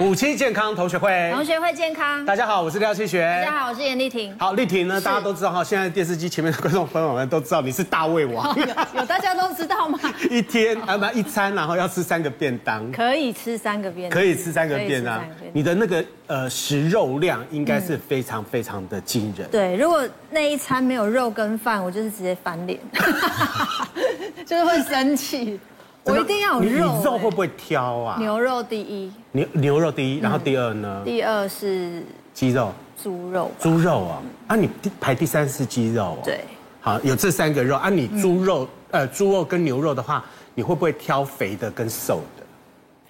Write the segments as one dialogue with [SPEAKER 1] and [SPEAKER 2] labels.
[SPEAKER 1] 五期健康同学会，
[SPEAKER 2] 同学会健康。
[SPEAKER 1] 大家好，我是廖七学。
[SPEAKER 2] 大家好，我是严丽婷。
[SPEAKER 1] 好，丽婷呢，大家都知道哈，现在电视机前面的观众朋友们都知道你是大胃王，
[SPEAKER 2] 有有大家都知道吗？
[SPEAKER 1] 一天啊不一餐，然后要吃三个便当，
[SPEAKER 2] 可以吃三个便当，
[SPEAKER 1] 可以吃三个便当
[SPEAKER 2] 可以吃三个便，当
[SPEAKER 1] 你的那个呃食肉量应该是非常非常的惊人。
[SPEAKER 2] 对，如果那一餐没有肉跟饭，我就是直接翻 脸，就是会生气。我一定要有
[SPEAKER 1] 你
[SPEAKER 2] 肉、欸
[SPEAKER 1] 你肉会不会挑啊？
[SPEAKER 2] 牛嗯肉第一，
[SPEAKER 1] 牛牛肉第一，然后第二呢？
[SPEAKER 2] 第二是
[SPEAKER 1] 鸡肉、
[SPEAKER 2] 猪肉。
[SPEAKER 1] 猪肉啊，啊你第排第三是鸡肉哦。
[SPEAKER 2] 对，
[SPEAKER 1] 好，有这三个肉啊，你猪肉呃猪肉跟牛肉的话，你会不会挑肥的跟瘦的？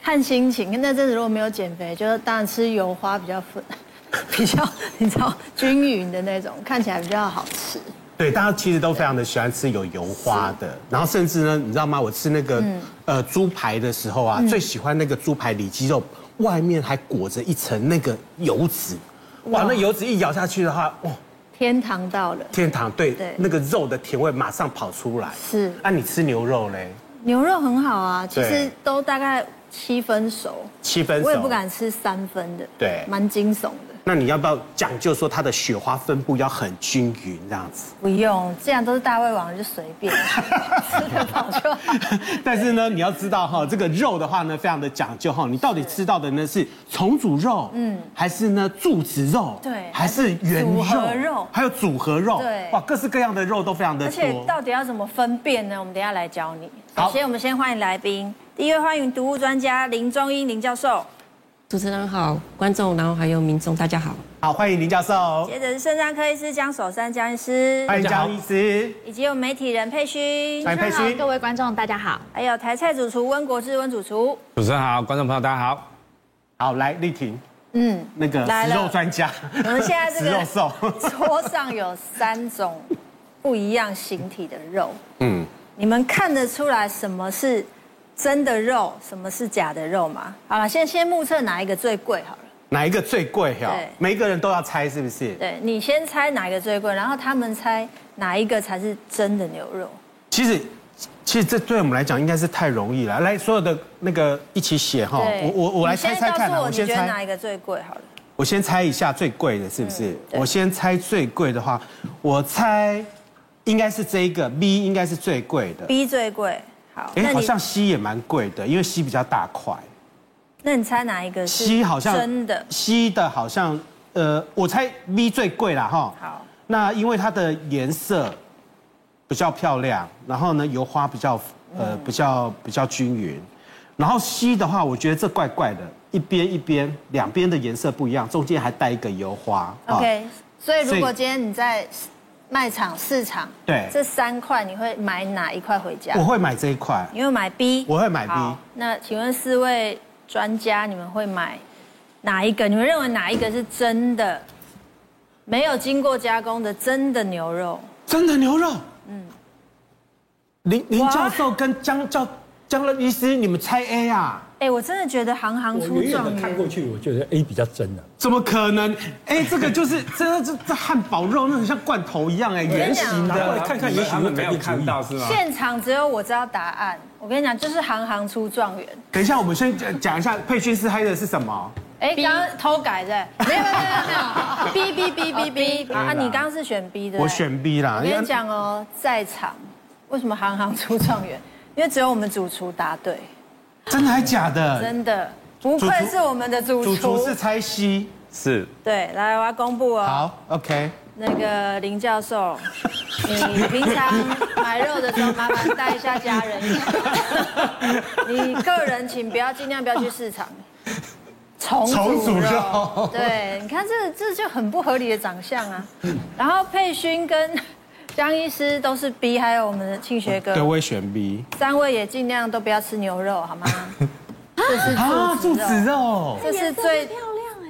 [SPEAKER 2] 看心情，那阵子如果没有减肥，就是当然吃油花比较粉， 比较你知道均匀的那种，看起来比较好吃。
[SPEAKER 1] 对，大家其实都非常的喜欢吃有油花的，然后甚至呢，你知道吗？我吃那个、
[SPEAKER 2] 嗯
[SPEAKER 1] 呃猪排的时候啊，最喜欢那个猪排里脊肉外面还裹着一层那个油脂，哇，那油脂一咬下去的话，哇，
[SPEAKER 2] 天堂到了，
[SPEAKER 1] 天堂对
[SPEAKER 2] 对
[SPEAKER 1] 那个肉的甜味马上跑出来。
[SPEAKER 2] 是
[SPEAKER 1] 啊，你吃牛肉嘞，
[SPEAKER 2] 牛肉很好啊，其实
[SPEAKER 1] 对
[SPEAKER 2] 都大概七分熟，
[SPEAKER 1] 七分熟，
[SPEAKER 2] 我也不敢吃三分的，
[SPEAKER 1] 对
[SPEAKER 2] 蛮惊悚的。
[SPEAKER 1] 那你要不要讲究说它的雪花分布要很均匀这样子？
[SPEAKER 2] 不用，既然都是大胃王，就随便吃得饱就好。
[SPEAKER 1] 但是呢，你要知道哈，这个肉的话呢，非常的讲究哈。你到底吃到的呢是重组肉，嗯，还是呢柱子肉，
[SPEAKER 2] 对
[SPEAKER 1] 还是圆肉，
[SPEAKER 2] 组合肉
[SPEAKER 1] 还有组合肉，
[SPEAKER 2] 对
[SPEAKER 1] 哇，各式各样的肉都非常的
[SPEAKER 2] 而且
[SPEAKER 1] 多。
[SPEAKER 2] 到底要怎么分辨呢？我们等一下来教你。
[SPEAKER 1] 好
[SPEAKER 2] 首先，我们先欢迎来宾，第一位欢迎毒物专家林中英林教授，
[SPEAKER 3] 主持人好，观众，然后还有民众，大家好。
[SPEAKER 1] 好，欢迎林教授，
[SPEAKER 2] 接着是肾脏科医师江守山江医师，
[SPEAKER 1] 欢迎江医师，
[SPEAKER 2] 以及我们媒体人佩勋，
[SPEAKER 1] 欢迎佩
[SPEAKER 4] 好，
[SPEAKER 1] 欣
[SPEAKER 4] 各。位观众大家好。
[SPEAKER 2] 还有台菜主厨温国志温主厨。
[SPEAKER 5] 主持人好，观众朋友大家好。
[SPEAKER 1] 好，来丽婷，
[SPEAKER 2] 嗯，
[SPEAKER 1] 那个
[SPEAKER 2] 来
[SPEAKER 1] 食
[SPEAKER 2] 了
[SPEAKER 1] 肉专家，
[SPEAKER 2] 我们现在这个
[SPEAKER 1] 食肉 兽
[SPEAKER 2] 桌上有三种不一样形体的肉，嗯，你们看得出来什么是真的肉，什么是假的肉吗？好了，先先目测哪一个最贵好了。
[SPEAKER 1] 哪一个最贵哈
[SPEAKER 2] 对？
[SPEAKER 1] 每一个人都要猜是不是？
[SPEAKER 2] 对你先猜哪一个最贵，然后他们猜哪一个才是真的牛肉。
[SPEAKER 1] 其实，其实这对我们来讲应该是太容易了。来，所有的那个一起写哈，
[SPEAKER 2] 对，
[SPEAKER 1] 我我我来
[SPEAKER 2] 你
[SPEAKER 1] 猜
[SPEAKER 2] 先
[SPEAKER 1] 猜看啊，
[SPEAKER 2] 告诉我
[SPEAKER 1] 我
[SPEAKER 2] 你
[SPEAKER 1] 先
[SPEAKER 2] 觉得哪
[SPEAKER 1] 猜，
[SPEAKER 2] 一个最贵好了。
[SPEAKER 1] 我先猜一下最贵的是不是？
[SPEAKER 2] 对
[SPEAKER 1] 我先猜最贵的话，我猜应该是这一个 B 应该是最贵的。
[SPEAKER 2] B 最贵，好，
[SPEAKER 1] 哎，
[SPEAKER 2] 那
[SPEAKER 1] 好
[SPEAKER 2] 你
[SPEAKER 1] 像 C 也蛮贵的，因为 C 比较大块。
[SPEAKER 2] 那你猜哪一个是
[SPEAKER 1] C 好像
[SPEAKER 2] 真的？
[SPEAKER 1] ，C 的好像呃，我猜 B 最贵啦哈。
[SPEAKER 2] 好，
[SPEAKER 1] 那因为它的颜色比较漂亮，然后呢油花比较呃
[SPEAKER 2] 嗯
[SPEAKER 1] 比较比较均匀，然后 C 的话，我觉得这怪怪的，一边一边两边的颜色不一样，中间还带一个油花。啊
[SPEAKER 2] OK，所以
[SPEAKER 1] 所
[SPEAKER 2] 如
[SPEAKER 1] 以
[SPEAKER 2] 果今天你在卖场、市场，
[SPEAKER 1] 对
[SPEAKER 2] 这三块你会买哪一块回家
[SPEAKER 1] 啊我？会买这一块，
[SPEAKER 2] 你会买 B，
[SPEAKER 1] 我会买 B
[SPEAKER 2] 好那请问四位专家，你们会买哪一个？你们认为哪一个是真的，没有经过加工的真的牛肉？
[SPEAKER 1] 真的牛肉。嗯，林林
[SPEAKER 2] 哇
[SPEAKER 1] 教授跟江教江乐医师，你们猜 A 啊？
[SPEAKER 2] 哎，我真的觉得行行
[SPEAKER 6] 我
[SPEAKER 2] 出
[SPEAKER 6] 远远
[SPEAKER 2] 状
[SPEAKER 6] 的看过
[SPEAKER 2] 元。
[SPEAKER 6] 去，我觉得 A 比较真啊的、
[SPEAKER 1] 怎么可能？哎，这个就是这这这汉堡肉，那很像罐头一样哎，
[SPEAKER 2] 啊
[SPEAKER 1] 圆形
[SPEAKER 6] 拿
[SPEAKER 1] 的。
[SPEAKER 6] 过来看看，也许
[SPEAKER 5] 他
[SPEAKER 6] 会
[SPEAKER 5] 们没
[SPEAKER 6] 改
[SPEAKER 5] 有
[SPEAKER 6] 变主
[SPEAKER 5] 看
[SPEAKER 6] 意。
[SPEAKER 5] 到是吗？
[SPEAKER 2] 现场只有我知道答案，我跟你讲，就是行行出状元。
[SPEAKER 1] 等一下，我们先讲讲一下佩君师嗨的是什么？
[SPEAKER 2] 哎，刚刚偷改的，没有没 有没有没有，B B B B B，啊，你刚刚是选 B 的，
[SPEAKER 1] 我选 B 啊啦。
[SPEAKER 2] 我跟你讲哦，在场为什么行行出状元？因为只有我们主厨答对，
[SPEAKER 1] 真的还假的？
[SPEAKER 2] 真的
[SPEAKER 1] 主
[SPEAKER 2] 不
[SPEAKER 1] 厨
[SPEAKER 2] 愧是我们的主
[SPEAKER 1] 主厨
[SPEAKER 2] 厨
[SPEAKER 1] 是。猜 C。
[SPEAKER 5] 是
[SPEAKER 2] 对，来，我要公布哦。
[SPEAKER 1] 好，OK。
[SPEAKER 2] 那个林教授，你平常买肉的时候，麻烦带一下家人。 你个人请不要尽量不要去市场。重
[SPEAKER 1] 重
[SPEAKER 2] 组
[SPEAKER 1] 组
[SPEAKER 2] 肉
[SPEAKER 1] 肉，
[SPEAKER 2] 对，你看这这就很不合理的长相啊。然后佩勋跟江医师都是 B，还有我们的庆学哥，
[SPEAKER 1] 哦对，我也选 B。
[SPEAKER 2] 三位也尽量都不要吃牛肉， 好吗？这是
[SPEAKER 1] 柱
[SPEAKER 2] 柱子
[SPEAKER 1] 啊子
[SPEAKER 2] 肉，
[SPEAKER 1] 肉，
[SPEAKER 2] 这是最漂亮、欸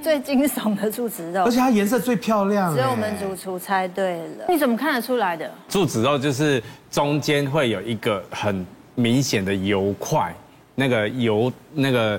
[SPEAKER 2] 最惊悚的柱子肉
[SPEAKER 1] 而，且它颜色最漂亮。欸
[SPEAKER 2] 只有我们主厨猜对了。你怎么看得出来的？
[SPEAKER 5] 柱子肉就是中间会有一个很明显的油块，那个油那个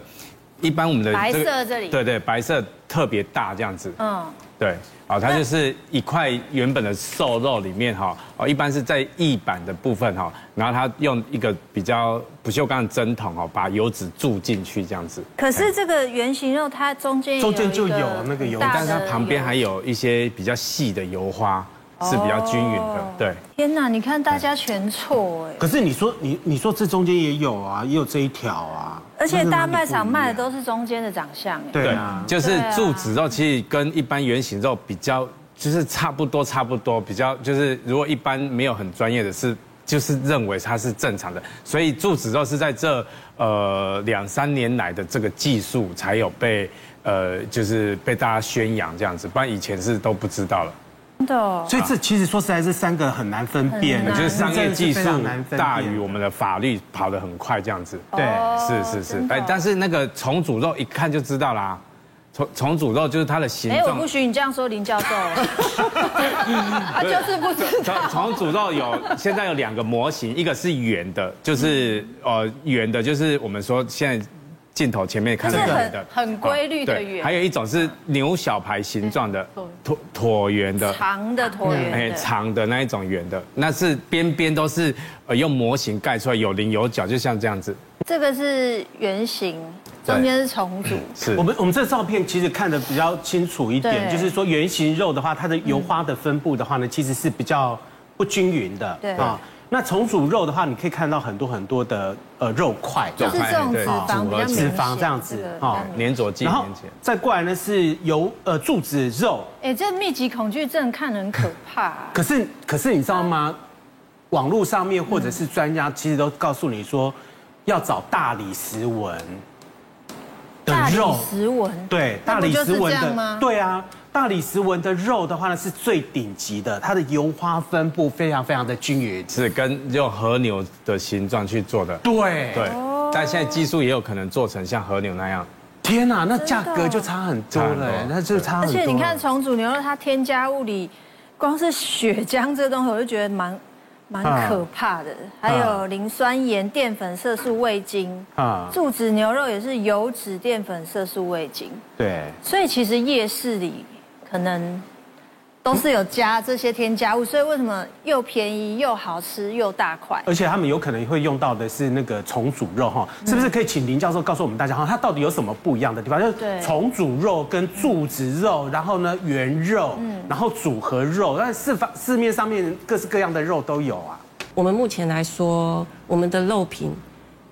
[SPEAKER 5] 一般我们的
[SPEAKER 2] 白
[SPEAKER 5] 个
[SPEAKER 2] 色这里
[SPEAKER 5] 对对，白色特别大这样子。
[SPEAKER 2] 嗯，
[SPEAKER 5] 对，好，它就是一块原本的瘦肉里面哈，哦，一般是在翼板的部分哈，然后它用一个比较不锈钢的针筒哦，把油脂注进去这样子。
[SPEAKER 2] 可是这个圆形肉它中间
[SPEAKER 1] 中间就
[SPEAKER 2] 一
[SPEAKER 1] 有那个油
[SPEAKER 2] 很大
[SPEAKER 5] 但是它
[SPEAKER 2] 的
[SPEAKER 5] 旁边
[SPEAKER 2] 油
[SPEAKER 5] 还有一些比较细的油花，是比较均匀的
[SPEAKER 2] 哦。
[SPEAKER 5] 对，
[SPEAKER 2] 天哪，你看大家全错哎。
[SPEAKER 1] 可是你说你你说这中间也有啊，也有这一条啊，
[SPEAKER 2] 而且大卖场卖的
[SPEAKER 1] 都
[SPEAKER 2] 都是中间的长相，哎，
[SPEAKER 1] 对啊，
[SPEAKER 5] 就是
[SPEAKER 2] 对啊
[SPEAKER 5] 柱子肉其实跟一般圆形肉比较，就是差不多差不多，比较就是如果一般没有很专业的是。就是认为它是正常的，所以柱子肉是在这呃两三年来的这个技术才有被呃就是被大家宣扬这样子，不然以前是都不知道了。
[SPEAKER 2] 真的哦。
[SPEAKER 1] 所以这其实说实在，这三个很难分辨，啊
[SPEAKER 5] 我觉得商业技
[SPEAKER 1] 真的是非哦
[SPEAKER 5] 术
[SPEAKER 1] 常难分辨
[SPEAKER 5] 大于我们的法律跑得很快这样子。
[SPEAKER 1] 对
[SPEAKER 2] 哦
[SPEAKER 5] 是是是
[SPEAKER 2] 真，的
[SPEAKER 5] 哎，但是那个重组肉一看就知道啦，重重组肉就是它的形
[SPEAKER 2] 哎，我
[SPEAKER 5] 状
[SPEAKER 2] 不。许你这样说林教授，他就是不知
[SPEAKER 5] 重
[SPEAKER 2] 道。
[SPEAKER 5] 重组肉有现在有两个模型，一个是圆的，
[SPEAKER 2] 嗯
[SPEAKER 5] 就是呃圆的，就是我们说现在镜头前面看
[SPEAKER 2] 就是
[SPEAKER 5] 到
[SPEAKER 2] 很
[SPEAKER 5] 圆的，哦
[SPEAKER 2] 很规律的
[SPEAKER 5] 对
[SPEAKER 2] 圆嗯
[SPEAKER 5] 还有一种是牛小排形状的椭椭圆的，
[SPEAKER 2] 长的椭圆
[SPEAKER 5] 哎，
[SPEAKER 2] 的，
[SPEAKER 5] 长的那一种圆的，那是边边都是呃用模型盖出来，有棱有角，就像这样子。
[SPEAKER 2] 这个是圆形，
[SPEAKER 5] 对
[SPEAKER 2] 中间是重组，
[SPEAKER 5] 是
[SPEAKER 1] 我们我们这照片其实看得比较清楚一点，
[SPEAKER 2] 对嗯
[SPEAKER 1] 就是说圆形肉的话，它的油花的分布的话呢，其实是比较不均匀的。啊
[SPEAKER 2] 对
[SPEAKER 1] 那重组肉的话，你可以看到很多很多的呃肉块，
[SPEAKER 2] 就是这种脂肪比较明显，
[SPEAKER 1] 脂肪这样子
[SPEAKER 2] 个
[SPEAKER 1] 哦
[SPEAKER 5] 粘着剂
[SPEAKER 1] 然后
[SPEAKER 5] 粘起来。
[SPEAKER 1] 再过来呢是油呃柱子肉，
[SPEAKER 2] 哎，这密集恐惧症看人可怕啊。
[SPEAKER 1] 可是可是你知道吗？网络上面或者
[SPEAKER 2] 嗯
[SPEAKER 1] 是专家其实都告诉你说，要找大理石纹的
[SPEAKER 2] 大理
[SPEAKER 1] 肉，
[SPEAKER 2] 石纹，
[SPEAKER 1] 对，
[SPEAKER 2] 那
[SPEAKER 1] 大
[SPEAKER 2] 不
[SPEAKER 1] 理
[SPEAKER 2] 就是
[SPEAKER 1] 石纹
[SPEAKER 2] 这样
[SPEAKER 1] 的
[SPEAKER 2] 吗，
[SPEAKER 1] 对啊，大理石纹的肉的话呢是最顶级的，它的油花分布非常非常的均匀。
[SPEAKER 5] 是跟用和牛的形状去做的，
[SPEAKER 1] 对
[SPEAKER 5] 对。但现在技术也有可能做成像和牛那样，
[SPEAKER 1] 天哪、那价格就差很多
[SPEAKER 5] 差
[SPEAKER 1] 了
[SPEAKER 5] 很，多
[SPEAKER 1] 那就差
[SPEAKER 2] 而
[SPEAKER 1] 很多。啊
[SPEAKER 2] 且你看，重组牛肉，它添加物里，光是血浆这东西，我就觉得蛮蛮
[SPEAKER 1] 啊
[SPEAKER 2] 可怕的。还有磷酸盐、淀粉、色素、味精。
[SPEAKER 1] 啊
[SPEAKER 2] 啊，柱子牛肉也是油脂、淀粉、色素、味精，
[SPEAKER 1] 对，
[SPEAKER 2] 所以其实夜市里可能都是有加这些添加物，所以为什么又便宜又好吃又大 块？
[SPEAKER 1] 而且他们有可能会用到的是那个重组肉哈，
[SPEAKER 2] 嗯
[SPEAKER 1] 是不是可以请林教授告诉我们大家哈，它到底有什么不一样的地方？就是
[SPEAKER 2] 对
[SPEAKER 1] 重组肉跟柱子肉，然后呢圆肉，
[SPEAKER 2] 嗯
[SPEAKER 1] 然后组合肉，但市发市面上面各式各样的肉都有啊。
[SPEAKER 3] 我们目前来说，我们的肉品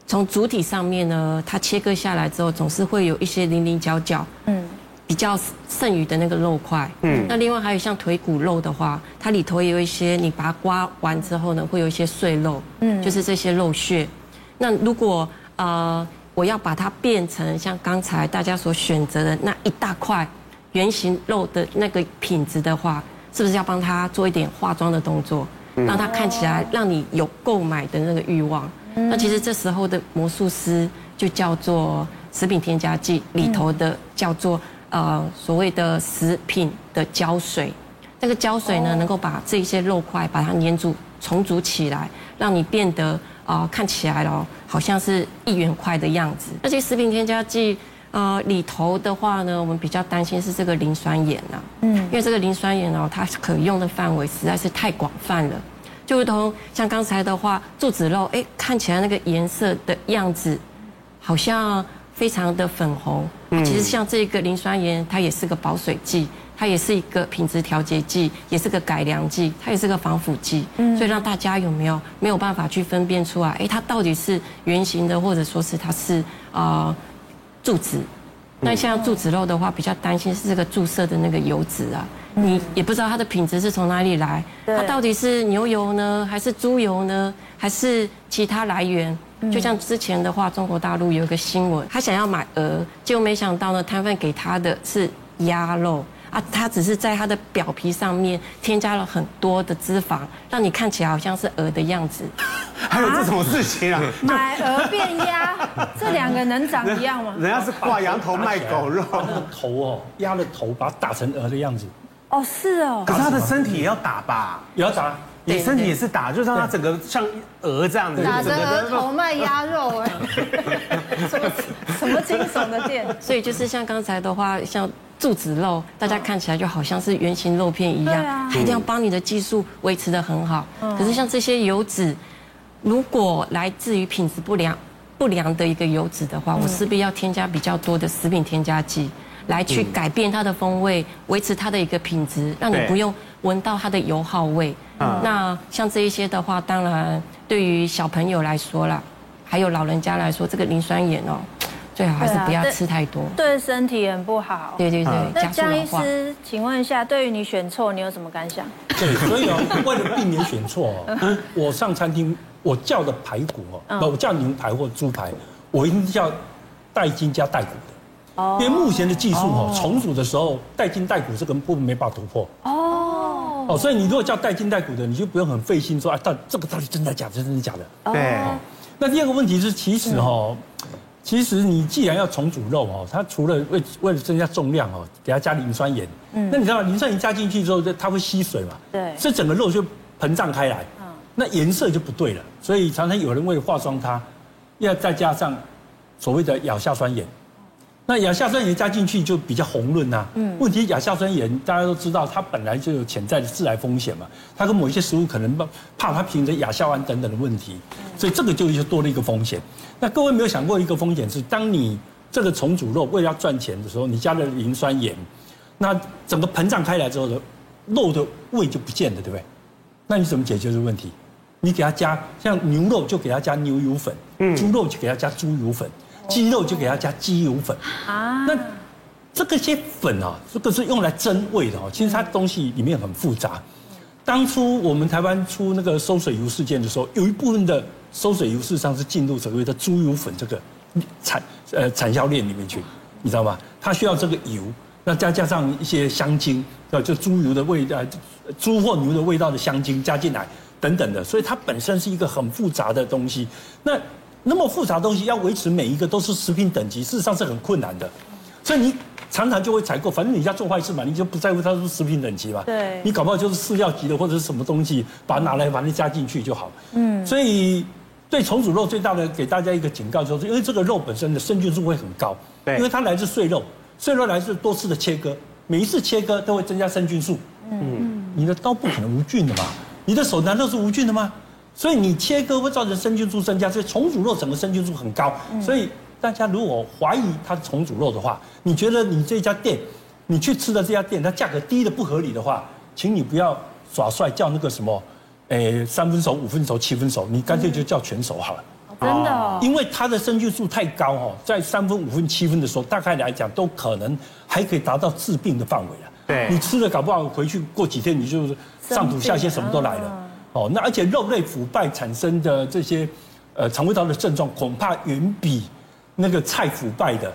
[SPEAKER 3] 从主体上面呢，它切割下来之后，总是会有一些零零角角，
[SPEAKER 2] 嗯，
[SPEAKER 3] 比较剩余的那个肉块。嗯，那另外还有像腿骨肉的话，它里头也有一些，你把它刮完之后呢，会有一些碎肉，嗯，就是这些肉屑。那如果呃，我要把它变成像刚才大家所选择的那一大块圆形肉的那个品质的话，是不是要帮它做一点化妆的动作，让它看起来让你有购买的那个欲望？那其实这时候的魔术师就叫做食品添加剂里头的叫做呃所谓的食品的胶水，那个胶水呢能够把这些肉块把它粘住重组起来，让你变得啊、呃看起来哦好像是一元块的样子。而且食品添加剂呃里头的话呢，我们比较担心是这个磷酸盐啊，嗯，因为这个磷酸盐哦它可用的范围实在是太广泛了。就如同像刚才的话，柱子肉，哎，看起来那个颜色的样子，好像非常的粉红。啊其实像这个磷酸盐，它也是个保水剂，它也是一个品质调节剂，也是个改良剂，它也是个防腐剂。所以让大家有没有没有办法去分辨出来，哎，它到底是圆形的，或者说是它是啊柱子。那像柱子肉的话，比较担心是这个注射的那个油脂啊，你也不知道它的品质是从哪里来，
[SPEAKER 2] 对
[SPEAKER 3] 它到底是牛油呢，还是猪油呢，还是其他来源？就像之前的话，中国大陆有一个新闻，他想要买鹅，结果没想到呢，摊贩给他的是鸭肉啊，他只是在它的表皮上面添加了很多的脂肪，让你看起来好像是鹅的样子。
[SPEAKER 1] 还有这种事情啊？
[SPEAKER 2] 买鹅变鸭，这两个能长 一样吗？
[SPEAKER 1] 人家是挂羊头卖狗 肉，
[SPEAKER 6] 把那个头哦，压了头，把它打成鹅的样子，
[SPEAKER 2] 哦，是哦
[SPEAKER 1] 可，是他的身体也要打吧？
[SPEAKER 6] 也要打。
[SPEAKER 1] 你
[SPEAKER 3] 对
[SPEAKER 1] 身体也是打，就让他整个像鹅这样子，
[SPEAKER 2] 打
[SPEAKER 1] 整
[SPEAKER 2] 成
[SPEAKER 1] 个
[SPEAKER 2] 鹅
[SPEAKER 1] 的
[SPEAKER 2] 头卖鸭肉哎，什么什么惊悚的店？
[SPEAKER 3] 所以就是像刚才的话，像柱子肉，大家看起来就好像是圆形肉片一
[SPEAKER 2] 对
[SPEAKER 3] 样
[SPEAKER 2] 啊，嗯
[SPEAKER 3] 它一定要帮你的技术维持的很好。可是像这些油脂，如果来自于品质不良、不良的一个油脂的话，我势必要添加比较多的食品添加剂。来去改变它的风味，维持它的一个品质，让你
[SPEAKER 5] 对
[SPEAKER 3] 不用闻到它的油耗味。
[SPEAKER 2] 嗯
[SPEAKER 3] 那像这一些的话，当然对于小朋友来说啦，还有老人家来说，这个磷酸盐哦，最好还是
[SPEAKER 2] 对啊
[SPEAKER 3] 不要
[SPEAKER 2] 对
[SPEAKER 3] 吃太多。
[SPEAKER 2] 对身体很不好。
[SPEAKER 3] 对对对，
[SPEAKER 2] 那
[SPEAKER 3] 加速
[SPEAKER 2] 江
[SPEAKER 3] 老
[SPEAKER 2] 医
[SPEAKER 3] 化。
[SPEAKER 2] 师，请问一下，对于你选错，你有什么感想？
[SPEAKER 6] 对，所以 哦，为了避免选错哦，我上餐厅我叫的排骨哦，
[SPEAKER 2] 嗯
[SPEAKER 6] 不，我叫牛排或猪排，我一定是叫带筋加带骨的，因为目前的技术哦，重组的时候带筋带骨这个部分没办法突破
[SPEAKER 2] 哦，
[SPEAKER 6] 哦，所以你如果叫带筋带骨的，你就不用很费心说啊，到底这个到底真的假的，真的假的。
[SPEAKER 1] 对，
[SPEAKER 2] 哦
[SPEAKER 6] 那第二个问题是，其实哈，其实你既然要重组肉哦，它除了为为了增加重量哦，给它加磷酸盐，那你知道吗？磷酸盐加进去之后，它会吸水嘛，
[SPEAKER 2] 对
[SPEAKER 6] 这整个肉就膨胀开来，那颜色就不对了，所以常常有人为了化妆它，要再加上所谓的亚硝酸盐。那亚硝酸盐加进去就比较红润呐、啊问题亚硝酸盐大家都知道，它本来就有潜在的致癌风险嘛，它跟某一些食物可能怕怕它凭着亚硝胺等等的问题，所以这个就就多了一个风险。那各位没有想过一个风险是，当你这个重组肉为了要赚钱的时候，你加了磷酸盐，那整个膨胀开来之后呢，肉的味就不见了，对不对？那你怎么解决这个问题？你给它加像牛肉就给它加牛油粉，猪肉就给它加猪油粉，鸡肉就给它加鸡油粉。
[SPEAKER 2] 啊，
[SPEAKER 6] 那这个些粉啊，这个是用来增味的哦。其实它东西里面很复杂。当初我们台湾出那个收水油事件的时候，有一部分的收水油事实上是进入所谓的猪油粉这个产呃产销链里面去，你知道吗？它需要这个油，那再加上一些香精，呃，就猪油的味道、呃猪或牛的味道的香精加进来等等的，所以它本身是一个很复杂的东西。那那么复杂的东西要维持每一个都是食品等级，事实上是很困难的。所以你常常就会采购，反正你要做坏事嘛，你就不在乎它是不是食品等级嘛。
[SPEAKER 2] 对
[SPEAKER 6] 你搞不好就是饲料级的或者是什么东西，把它拿来把它加进去就好。嗯，所以对重组肉最大的给大家一个警告就是，因为这个肉本身的生菌数会很高，
[SPEAKER 5] 对
[SPEAKER 6] 因为它来自碎肉，碎肉来自多次的切割，每一次切割都会增加生菌数。嗯，你的刀不可能无菌的嘛，你的手难道是无菌的吗？所以你切割会造成生菌数增加，所以重组肉整个生菌数很高。所以大家如果怀疑它是重组肉的话，你觉得你这家店，你去吃的这家店，它价格低的不合理的话，请你不要耍帅叫那个什么，诶、三分熟、五分熟、七分熟，你干脆就叫全熟好了。
[SPEAKER 2] 真的哦，
[SPEAKER 6] 因为它的生菌数太高哦，在三分、五分、七分的时候，大概来讲都可能还可以达到治病的范围了。
[SPEAKER 5] 对
[SPEAKER 6] 你吃了搞不好回去过几天你就是上吐下泻什么都来了。哦，那而且肉类腐败产生的这些呃肠胃道的症状，恐怕远比那个菜腐败的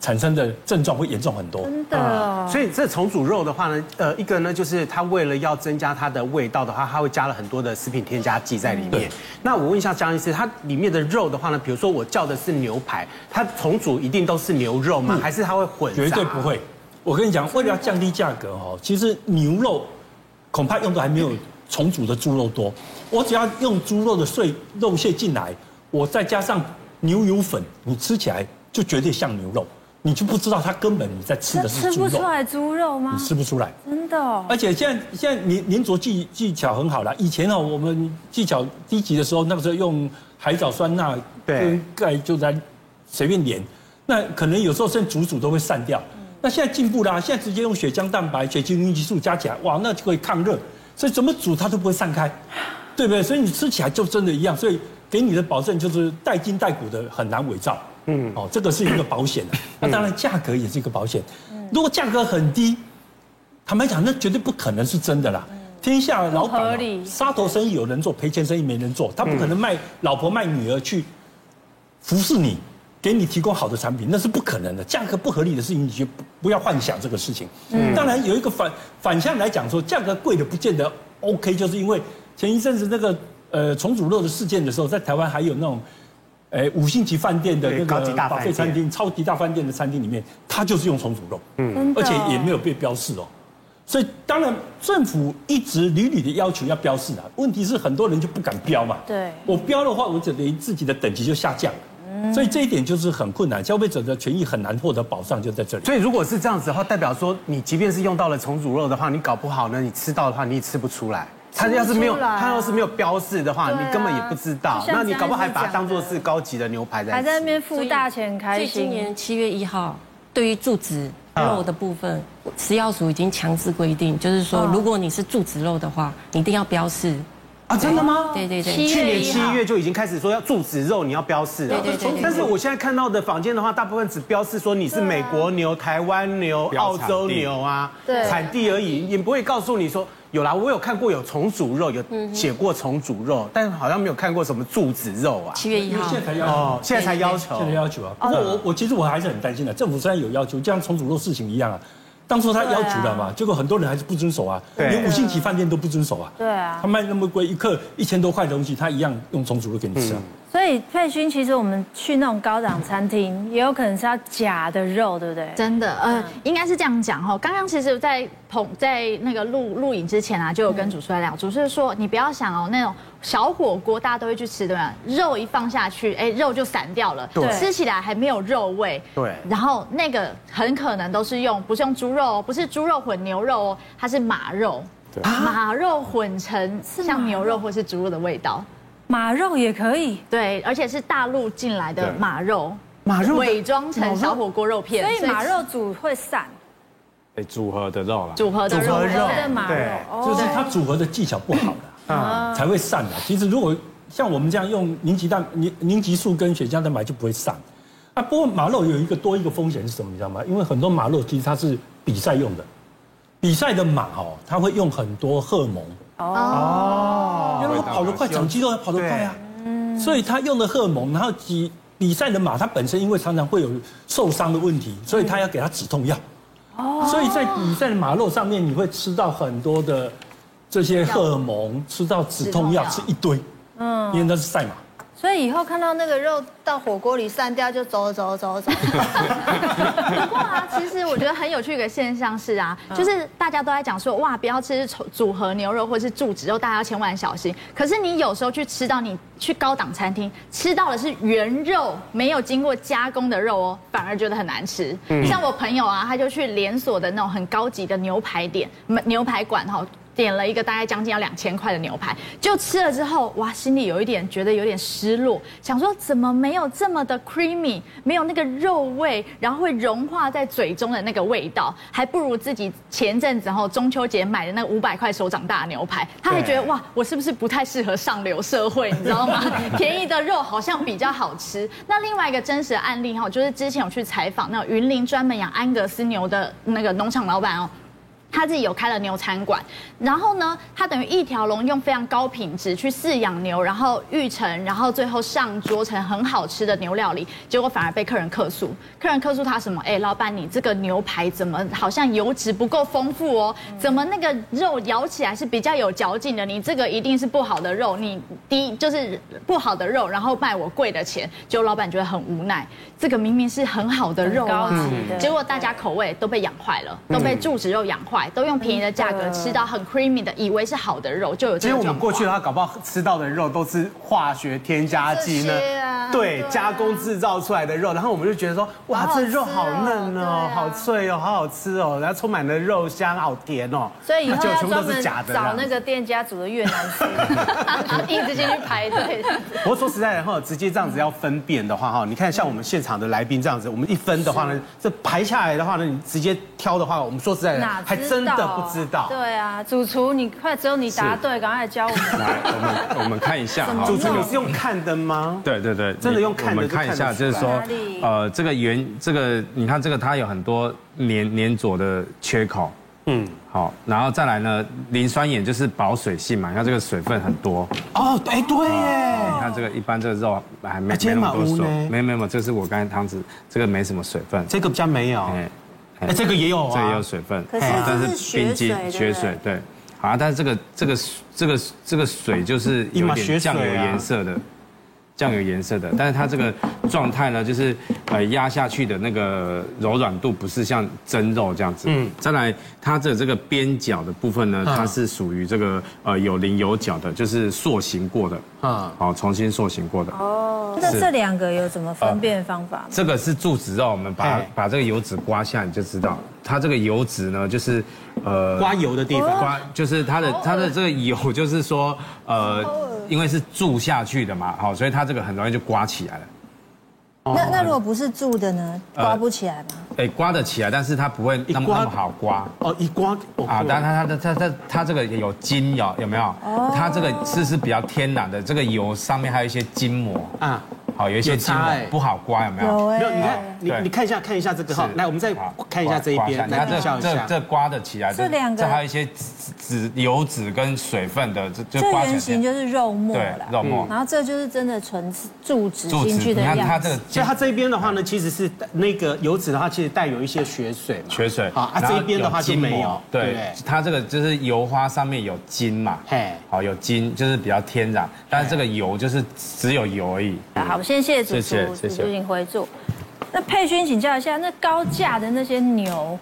[SPEAKER 6] 产生的症状会严重很多。
[SPEAKER 2] 真的哦，
[SPEAKER 4] 所以这重组肉的话呢，呃，一个呢就是它为了要增加它的味道的话，它会加了很多的食品添加剂在里面
[SPEAKER 6] 对。
[SPEAKER 4] 那我问一下江医师，它里面的肉的话呢，比如说我叫的是牛排，它重组一定都是牛肉
[SPEAKER 1] 嗯
[SPEAKER 4] 吗？还是它会混杂？
[SPEAKER 6] 绝对不。会。我跟你讲，为了要降低价格哦，其实牛肉恐怕用的还没有重组的猪肉多。我只要用猪肉的碎肉屑进来，我再加上牛油粉，你吃起来就绝对像牛肉，你就不知道它根本你在啊吃
[SPEAKER 2] 这
[SPEAKER 6] 的是
[SPEAKER 2] 吃
[SPEAKER 6] 猪
[SPEAKER 2] 不出
[SPEAKER 6] 肉，
[SPEAKER 2] 来猪肉吗
[SPEAKER 6] 你？哎吃不出来。
[SPEAKER 2] 真的哦，
[SPEAKER 6] 而且现在现在粘粘着技技巧很好了。以前哦，我们技巧低级的时候，那个时候用海藻酸钠
[SPEAKER 4] 对
[SPEAKER 6] 跟钙就在随便粘，那可能有时候甚至煮煮都会散掉。那现在进步啦、现在直接用血浆蛋白、血清孕激素加起来，哇，那就可以抗热，所以怎么煮它都不会散开，对不对？所以你吃起来就真的一样，所以给你的保证就是带筋带骨的很难伪造。嗯，哦，这个是一个保险、啊、那当然价格也是一个保险。如果价格很低，坦白讲，那绝对不可能是真的啦。天下老
[SPEAKER 2] 嗯
[SPEAKER 6] 板
[SPEAKER 2] 不合
[SPEAKER 6] 啊、
[SPEAKER 2] 理
[SPEAKER 6] 杀头生意有人做，赔钱生意没人做，他不
[SPEAKER 4] 嗯
[SPEAKER 6] 可能卖老婆卖女儿去服侍你，给你提供好的产品，那是不可能的。价格不合理的事情，你就不不要幻想这个事情。
[SPEAKER 4] 嗯
[SPEAKER 6] 当然有一个反反向来讲说，价格贵的不见得 OK，就是因为前一阵子那个呃重组肉的事件的时候，在台湾还有那种。哎，五星级饭店的那
[SPEAKER 4] 对高级
[SPEAKER 6] 个
[SPEAKER 4] 大饭
[SPEAKER 6] buffet
[SPEAKER 4] 店
[SPEAKER 6] 餐厅、超级大饭店的餐厅里面，它就是用重组肉。
[SPEAKER 2] 真的
[SPEAKER 6] 而
[SPEAKER 2] 哦，
[SPEAKER 6] 且也没有被标示哦。所以当然，政府一直屡屡的要求要标示啊，问题是很多人就不敢标嘛。
[SPEAKER 2] 对
[SPEAKER 6] 我标的话，我就等于自己的等级就下降。
[SPEAKER 2] 嗯
[SPEAKER 6] 所以这一点就是很困难，消费者的权益很难获得保障，就在这里。
[SPEAKER 1] 所以如果是这样子的话，代表说你即便是用到了重组肉的话，你搞不好呢，你吃到的话你也吃不出来。它要是没有，
[SPEAKER 2] 吃不出来
[SPEAKER 1] 它要是没有标示的话，
[SPEAKER 2] 对啊
[SPEAKER 1] 你根本也不知道
[SPEAKER 2] 就。像
[SPEAKER 1] 那你搞不好还
[SPEAKER 2] 刚才
[SPEAKER 1] 把它当做
[SPEAKER 2] 讲
[SPEAKER 1] 是
[SPEAKER 2] 的
[SPEAKER 1] 高级的牛排在吃。
[SPEAKER 2] 还在那边
[SPEAKER 3] 所
[SPEAKER 2] 付
[SPEAKER 3] 以
[SPEAKER 2] 大钱
[SPEAKER 3] 所
[SPEAKER 2] 开
[SPEAKER 3] 以今
[SPEAKER 2] 心，
[SPEAKER 3] 年七月一号，对于住址肉的部分，食药署已经强制规定，就是说，如果你是住址肉的话，你一定要标示。
[SPEAKER 1] 啊，真的吗？
[SPEAKER 3] 对对对，
[SPEAKER 2] 七
[SPEAKER 1] 去
[SPEAKER 2] 月
[SPEAKER 1] 年
[SPEAKER 2] 一
[SPEAKER 1] 七
[SPEAKER 2] 号
[SPEAKER 1] 月就已经开始说要注脂肉，你要标示了。
[SPEAKER 3] 对对对对
[SPEAKER 1] 但是我现在看到的坊间的话，大部分只标示说你是美国牛、台湾牛、
[SPEAKER 5] 标
[SPEAKER 1] 澳
[SPEAKER 5] 产地
[SPEAKER 1] 洲牛啊，
[SPEAKER 2] 对
[SPEAKER 1] 产地而已，也不会告诉你说有啦。我有看过有重组肉，有写过重组肉，但好像没有看过什么注脂肉啊。
[SPEAKER 3] 七月一
[SPEAKER 6] 因为
[SPEAKER 3] 号
[SPEAKER 6] 现在才要求
[SPEAKER 1] 哦，现在才要求
[SPEAKER 6] 现在要求啊。
[SPEAKER 2] 哦
[SPEAKER 6] 不过我我其实我还是很担心的，政府虽然有要求，就像重组肉事情一样啊，当初他要求了
[SPEAKER 2] 啊
[SPEAKER 6] 嘛，结果很多人还是不遵守啊，
[SPEAKER 1] 对
[SPEAKER 6] 连五星级饭店都不遵守啊。
[SPEAKER 2] 对啊
[SPEAKER 6] 他卖那么贵，一克一千多块的东西，他一样用重组肉给你吃啊。
[SPEAKER 1] 嗯
[SPEAKER 2] 所以佩勋，其实我们去那种高档餐厅，也有可能是要假的肉，对不对？
[SPEAKER 7] 真的，
[SPEAKER 1] 嗯
[SPEAKER 7] 呃，应该是这样讲哈。刚刚其实，在捧在那个录录影之前啊，就有跟主持人聊，主持人说你不要想哦，那种小火锅大家都会去吃，对吧？肉一放下去，哎，肉就散掉了，
[SPEAKER 1] 对
[SPEAKER 7] 吃起来还没有肉味。
[SPEAKER 1] 对
[SPEAKER 7] 然后那个很可能都是用不是用猪肉哦，不是猪肉混牛肉哦，它是马肉。马肉混成像牛肉或是猪肉的味道，
[SPEAKER 2] 马肉也可以，
[SPEAKER 7] 对，而且是大陆进来的
[SPEAKER 5] 对
[SPEAKER 7] 马肉，
[SPEAKER 1] 马肉
[SPEAKER 7] 伪装成小火锅肉片，
[SPEAKER 2] 所以马肉煮会散，
[SPEAKER 5] 哎，组合的肉啦，
[SPEAKER 7] 组合的
[SPEAKER 1] 组合
[SPEAKER 7] 肉
[SPEAKER 1] 的肉
[SPEAKER 2] 我的马肉
[SPEAKER 1] 对嗯
[SPEAKER 2] 哦
[SPEAKER 6] 就是它组合的技巧不好了，啊，才会散的。其实如果像我们这样用凝集蛋、凝凝集素跟血浆蛋白就不会散。啊，不过马肉有一个多一个风险是什么，你知道吗？因为很多马肉其实它是比赛用的，比赛的马哦，它会用很多荷尔蒙，
[SPEAKER 1] 哦，
[SPEAKER 6] 因为它跑得快，长肌肉它跑得快啊，所以它用的荷尔蒙，然后比比赛的马它本身因为常常会有受伤的问题，所以它要给它止痛药。所以在比赛的马肉上面，你会吃到很多的这些荷尔蒙，吃到止痛药，
[SPEAKER 7] 止
[SPEAKER 6] 吃
[SPEAKER 7] 痛
[SPEAKER 6] 一
[SPEAKER 7] 药
[SPEAKER 6] 堆，嗯，因为那是赛马。
[SPEAKER 2] 所以以后看到那个肉到火锅里散掉，就走走走走。
[SPEAKER 7] 不过啊，其实我觉得很有趣的一个现象是啊，就是大家都在讲说，哇，不要吃组组合牛肉或是柱子肉，大家要千万小心。可是你有时候去吃到你去高档餐厅吃到的是原肉，没有经过加工的肉哦，反而觉得很难吃。像我朋友啊，他就去连锁的那种很高级的牛排店、牛排馆哈、点了一个大概将近要两千块的牛排，就吃了之后，哇，心里有一点觉得有点失落，想说怎么没有这么的 creamy，没有那个肉味，然后会融化在嘴中的那个味道，还不如自己前阵子后中秋节买的那五百块手掌大的牛排，他还觉得哇，我是不是不太适合上流社会，你知道吗？ 便宜的肉好像比较好吃。那另外一个真实的案例哈，就是之前有去采访那种云林专门养安格斯牛的那个农场老板哦。他自己有开了牛餐馆，然后呢，他等于一条龙用非常高品质去饲养牛，然后育成，然后最后上桌成很好吃的牛料理，结果反而被客人客诉。客人客诉他什么？哎，老板，你这个牛排怎么好像油脂不够丰富哦？怎么那个肉咬起来是比较有嚼劲的？你这个一定是不好的肉，你低就是不好的肉，然后卖我贵的钱，结果老板觉得很无奈，这个明明是很好的肉啊，
[SPEAKER 2] 很高级的
[SPEAKER 7] 结果大家口味都被养坏了，
[SPEAKER 1] 嗯
[SPEAKER 7] 都被注脂肉养坏，都用便宜的价格吃到很 creamy 的，以为是好的肉，就有
[SPEAKER 1] 其
[SPEAKER 7] 这
[SPEAKER 1] 实
[SPEAKER 7] 种
[SPEAKER 1] 我们
[SPEAKER 7] 状
[SPEAKER 1] 过去啊的
[SPEAKER 7] 况。
[SPEAKER 1] 话，搞不好吃到的肉都是化学添加剂呢
[SPEAKER 2] 这些啊，
[SPEAKER 1] 对
[SPEAKER 2] 对啊，
[SPEAKER 1] 加工制造出来的肉，然后我们就觉得说，哇，
[SPEAKER 2] 好好
[SPEAKER 1] 这
[SPEAKER 2] 吃
[SPEAKER 1] 肉好嫩
[SPEAKER 2] 啊
[SPEAKER 1] 哦
[SPEAKER 2] 哦对啊，
[SPEAKER 1] 好脆哦，好好吃哦，然后充满了肉香，好甜哦，
[SPEAKER 2] 所以以后
[SPEAKER 1] 就
[SPEAKER 2] 要
[SPEAKER 1] 全部
[SPEAKER 2] 专
[SPEAKER 1] 都是
[SPEAKER 2] 门
[SPEAKER 1] 假的。
[SPEAKER 2] 找那个店家煮的越南式，
[SPEAKER 7] 一直进去排队。
[SPEAKER 1] 不过说实在的哈，直接这样子要分辨的话哈，你看像
[SPEAKER 2] 嗯
[SPEAKER 1] 我们现场的来宾这样子，我们一分的话呢，这排下来的话呢，你直接挑的话，我们说实在的，
[SPEAKER 2] 哪
[SPEAKER 1] 还真的不知道。
[SPEAKER 2] 对啊，主厨你快只有你答对，赶快来教我们。
[SPEAKER 5] 来，我们我们看一下哈，
[SPEAKER 1] 主持人你是用看的吗？
[SPEAKER 5] 对对对，
[SPEAKER 1] 真的用
[SPEAKER 5] 你
[SPEAKER 1] 看的
[SPEAKER 5] 我们
[SPEAKER 1] 就看
[SPEAKER 5] 看
[SPEAKER 1] 得
[SPEAKER 5] 一下，
[SPEAKER 1] 出
[SPEAKER 5] 就
[SPEAKER 1] 来
[SPEAKER 5] 是说
[SPEAKER 2] 哪里，
[SPEAKER 5] 呃，这个圆，这个你看这个它有很多粘粘着的缺口，嗯，好，然后再来呢，磷酸盐就是保水性嘛，你看这个水分很多，
[SPEAKER 1] 哦，哎，对耶，
[SPEAKER 5] 你看这个一般这个肉还没
[SPEAKER 1] 啊
[SPEAKER 5] 没
[SPEAKER 1] 今
[SPEAKER 5] 那
[SPEAKER 1] 天
[SPEAKER 5] 么
[SPEAKER 1] 马
[SPEAKER 5] 多
[SPEAKER 1] 乌
[SPEAKER 5] 水
[SPEAKER 1] 呢，
[SPEAKER 5] 没没没，这是我刚才汤匙，这个没什么水分，
[SPEAKER 1] 这个比较没有，
[SPEAKER 5] 哎，
[SPEAKER 1] 哎，这个也有啊，
[SPEAKER 5] 这也有水分，
[SPEAKER 2] 可是
[SPEAKER 5] 哎
[SPEAKER 2] 这
[SPEAKER 5] 但
[SPEAKER 2] 是血
[SPEAKER 5] 冰晶
[SPEAKER 2] 水对不
[SPEAKER 5] 血水对。啊好，但是这个这个这个这个水就是
[SPEAKER 1] 哦一
[SPEAKER 5] 有
[SPEAKER 1] 码
[SPEAKER 5] 点
[SPEAKER 1] 血水
[SPEAKER 5] 酱油
[SPEAKER 1] 啊
[SPEAKER 5] 颜色的，酱油颜色的，但是它这个状态呢，就是呃压下去的那个柔软度不是像蒸肉这样子。嗯，再来它的这个边角的部分呢，
[SPEAKER 1] 嗯
[SPEAKER 5] 它是属于这个呃有棱有角的，就是塑形过的。
[SPEAKER 4] 嗯
[SPEAKER 5] 啊，好，重新塑形过的。
[SPEAKER 2] 哦那这两个有什么分辨方法吗？
[SPEAKER 5] 这个是柱子肉，我们把
[SPEAKER 4] 哎
[SPEAKER 5] 把这个油脂刮下，你就知道它这个油脂呢，就是呃
[SPEAKER 4] 刮油的地
[SPEAKER 2] 哦
[SPEAKER 4] 方，
[SPEAKER 5] 刮就是它的它的这个油，就是说呃，因为是注下去的嘛，好，所以它这个很容易就刮起来了。
[SPEAKER 2] 那那如果不是住的呢？刮不起来吗？
[SPEAKER 5] 哎，刮得起来，但是它不会那么
[SPEAKER 4] 一刮
[SPEAKER 5] 那么好刮。
[SPEAKER 4] 哦，一刮
[SPEAKER 5] 啊
[SPEAKER 4] 啊，，
[SPEAKER 5] 但它它的它它它这个有筋有有没有？
[SPEAKER 2] 哦
[SPEAKER 5] 它这个是是比较天然的，这个油上面还有一些筋膜，
[SPEAKER 4] 啊，
[SPEAKER 5] 好有一些筋
[SPEAKER 4] 有
[SPEAKER 5] 膜
[SPEAKER 4] 差哎
[SPEAKER 5] 不好刮，呃有没有？
[SPEAKER 2] 有
[SPEAKER 4] 没
[SPEAKER 2] 哎
[SPEAKER 4] 有，你看你
[SPEAKER 5] 对
[SPEAKER 4] 你看一下看一下这个哈
[SPEAKER 5] 是，
[SPEAKER 4] 来我们再
[SPEAKER 5] 好
[SPEAKER 4] 看一下这一
[SPEAKER 5] 刮
[SPEAKER 4] 边，
[SPEAKER 5] 你
[SPEAKER 4] 来
[SPEAKER 5] 看
[SPEAKER 4] 比
[SPEAKER 5] 这
[SPEAKER 4] 较一
[SPEAKER 5] 这
[SPEAKER 4] 下，
[SPEAKER 5] 这刮得起来，
[SPEAKER 2] 这两个
[SPEAKER 5] 这还有一些脂脂油脂跟水分的，这就
[SPEAKER 2] 这
[SPEAKER 5] 刮起
[SPEAKER 2] 圆
[SPEAKER 5] 来
[SPEAKER 2] 形就是肉末
[SPEAKER 5] 对
[SPEAKER 2] 啦，
[SPEAKER 5] 肉末
[SPEAKER 2] 然后这就是真的纯住植
[SPEAKER 5] 柱
[SPEAKER 2] 进
[SPEAKER 5] 子，
[SPEAKER 2] 去的
[SPEAKER 5] 你看它
[SPEAKER 2] 样
[SPEAKER 5] 这
[SPEAKER 2] 子
[SPEAKER 5] 个。
[SPEAKER 4] 所以它这边的话呢，其实是那个油脂的话，其实带有一些血水嘛，
[SPEAKER 5] 缺水
[SPEAKER 4] 好啊，
[SPEAKER 5] 然后
[SPEAKER 4] 这一边的话就
[SPEAKER 5] 筋膜
[SPEAKER 4] 没有，对不
[SPEAKER 5] 对
[SPEAKER 4] 对，
[SPEAKER 5] 它这个就是油花上面有筋嘛，
[SPEAKER 4] 嘿
[SPEAKER 5] 好有筋就是比较天然，但是这个油就是只有油而已。
[SPEAKER 2] 啊好，先谢谢主
[SPEAKER 5] 谢谢
[SPEAKER 2] 厨，
[SPEAKER 5] 谢谢
[SPEAKER 2] 主厨请回座。那佩君请教一下，那高价的那些牛，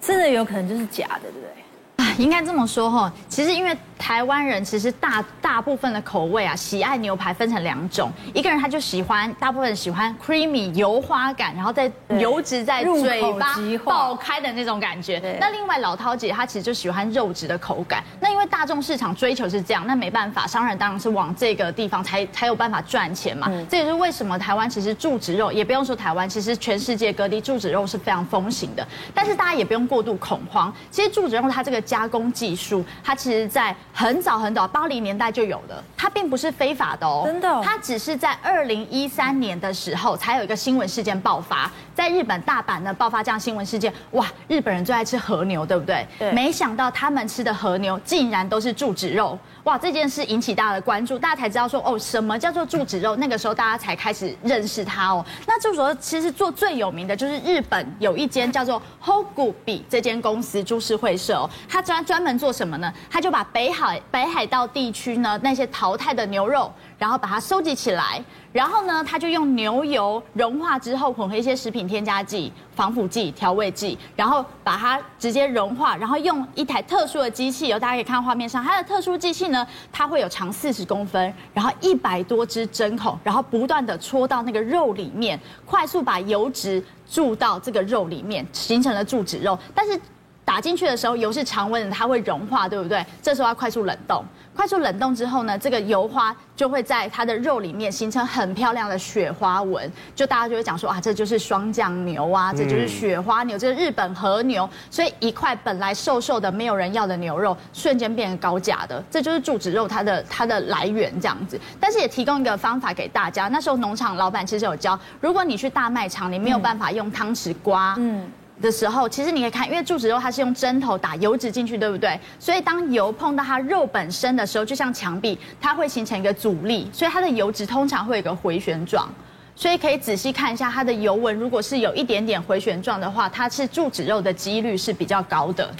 [SPEAKER 2] 真的有可能就是假的，对不对？
[SPEAKER 7] 啊， 应该这么说哈、其实因为台湾人其实大大部分的口味啊，喜爱牛排分成两种，一个人他就喜欢，大部分人喜欢 creamy 油花感，然后再油脂在
[SPEAKER 2] 入口
[SPEAKER 7] 嘴巴
[SPEAKER 2] 即化
[SPEAKER 7] 爆开的那种感觉
[SPEAKER 2] 对。
[SPEAKER 7] 那另外老饕姐她其实就喜欢肉质的口感。那因为大众市场追求是这样，那没办法，商人当然是往这个地方才才有办法赚钱嘛。
[SPEAKER 2] 嗯
[SPEAKER 7] 这也是为什么台湾其实猪脂肉，也不用说台湾，其实全世界各地猪脂肉是非常风行的。但是大家也不用过度恐慌，其实猪脂肉它这个加工技术，它其实在很早很早八零年代就有了，它并不是非法的哦，
[SPEAKER 2] 真的哦
[SPEAKER 7] 它它只是在二零一三年的时候才有一个新闻事件爆发，在日本大阪呢爆发这样新闻事件，哇，日本人最爱吃和牛，对不对？
[SPEAKER 2] 对
[SPEAKER 7] 没想到他们吃的和牛竟然都是猪脂肉，哇，这件事引起大家的关注，大家才知道说哦，什么叫做猪脂肉？那个时候大家才开始认识它哦。那猪脂肉其实做最有名的就是日本有一间叫做 Hogubi 这间公司株式会社哦，它专专门做什么呢？它就把北海北海道地区呢那些淘汰的牛肉。然后把它收集起来，然后呢，他就用牛油融化之后，混合一些食品添加剂、防腐剂、调味剂，然后把它直接融化，然后用一台特殊的机器，有大家可以看到画面上，它的特殊机器呢，它会有长四十公分，然后一百多只针孔，然后不断的戳到那个肉里面，快速把油脂注到这个肉里面，形成了注脂肉，但是。打进去的时候，油是常温的，它会融化，对不对？这时候要快速冷冻，快速冷冻之后呢，这个油花就会在它的肉里面形成很漂亮的雪花纹，就大家就会讲说啊，这就是双酱牛啊，这就是雪花牛，这是日本和牛。所以一块本来瘦瘦的、没有人要的牛肉，瞬间变成高价的，这就是注脂肉它的它的来源这样子。但是也提供一个方法给大家，那时候农场老板其实有教，如果你去大卖场，你没有办法用汤匙刮，嗯。的时候，其实你可以看，因为注脂肉它是用针头打油脂进去，对不对？所以当油碰到它肉本身的时候，就像墙壁，它会形成一个阻力，所以它的油脂通常会有一个回旋状。所以可以仔细看一下它的油纹，如果是有一点点回旋状的话，它是注脂肉的几率是比较高的。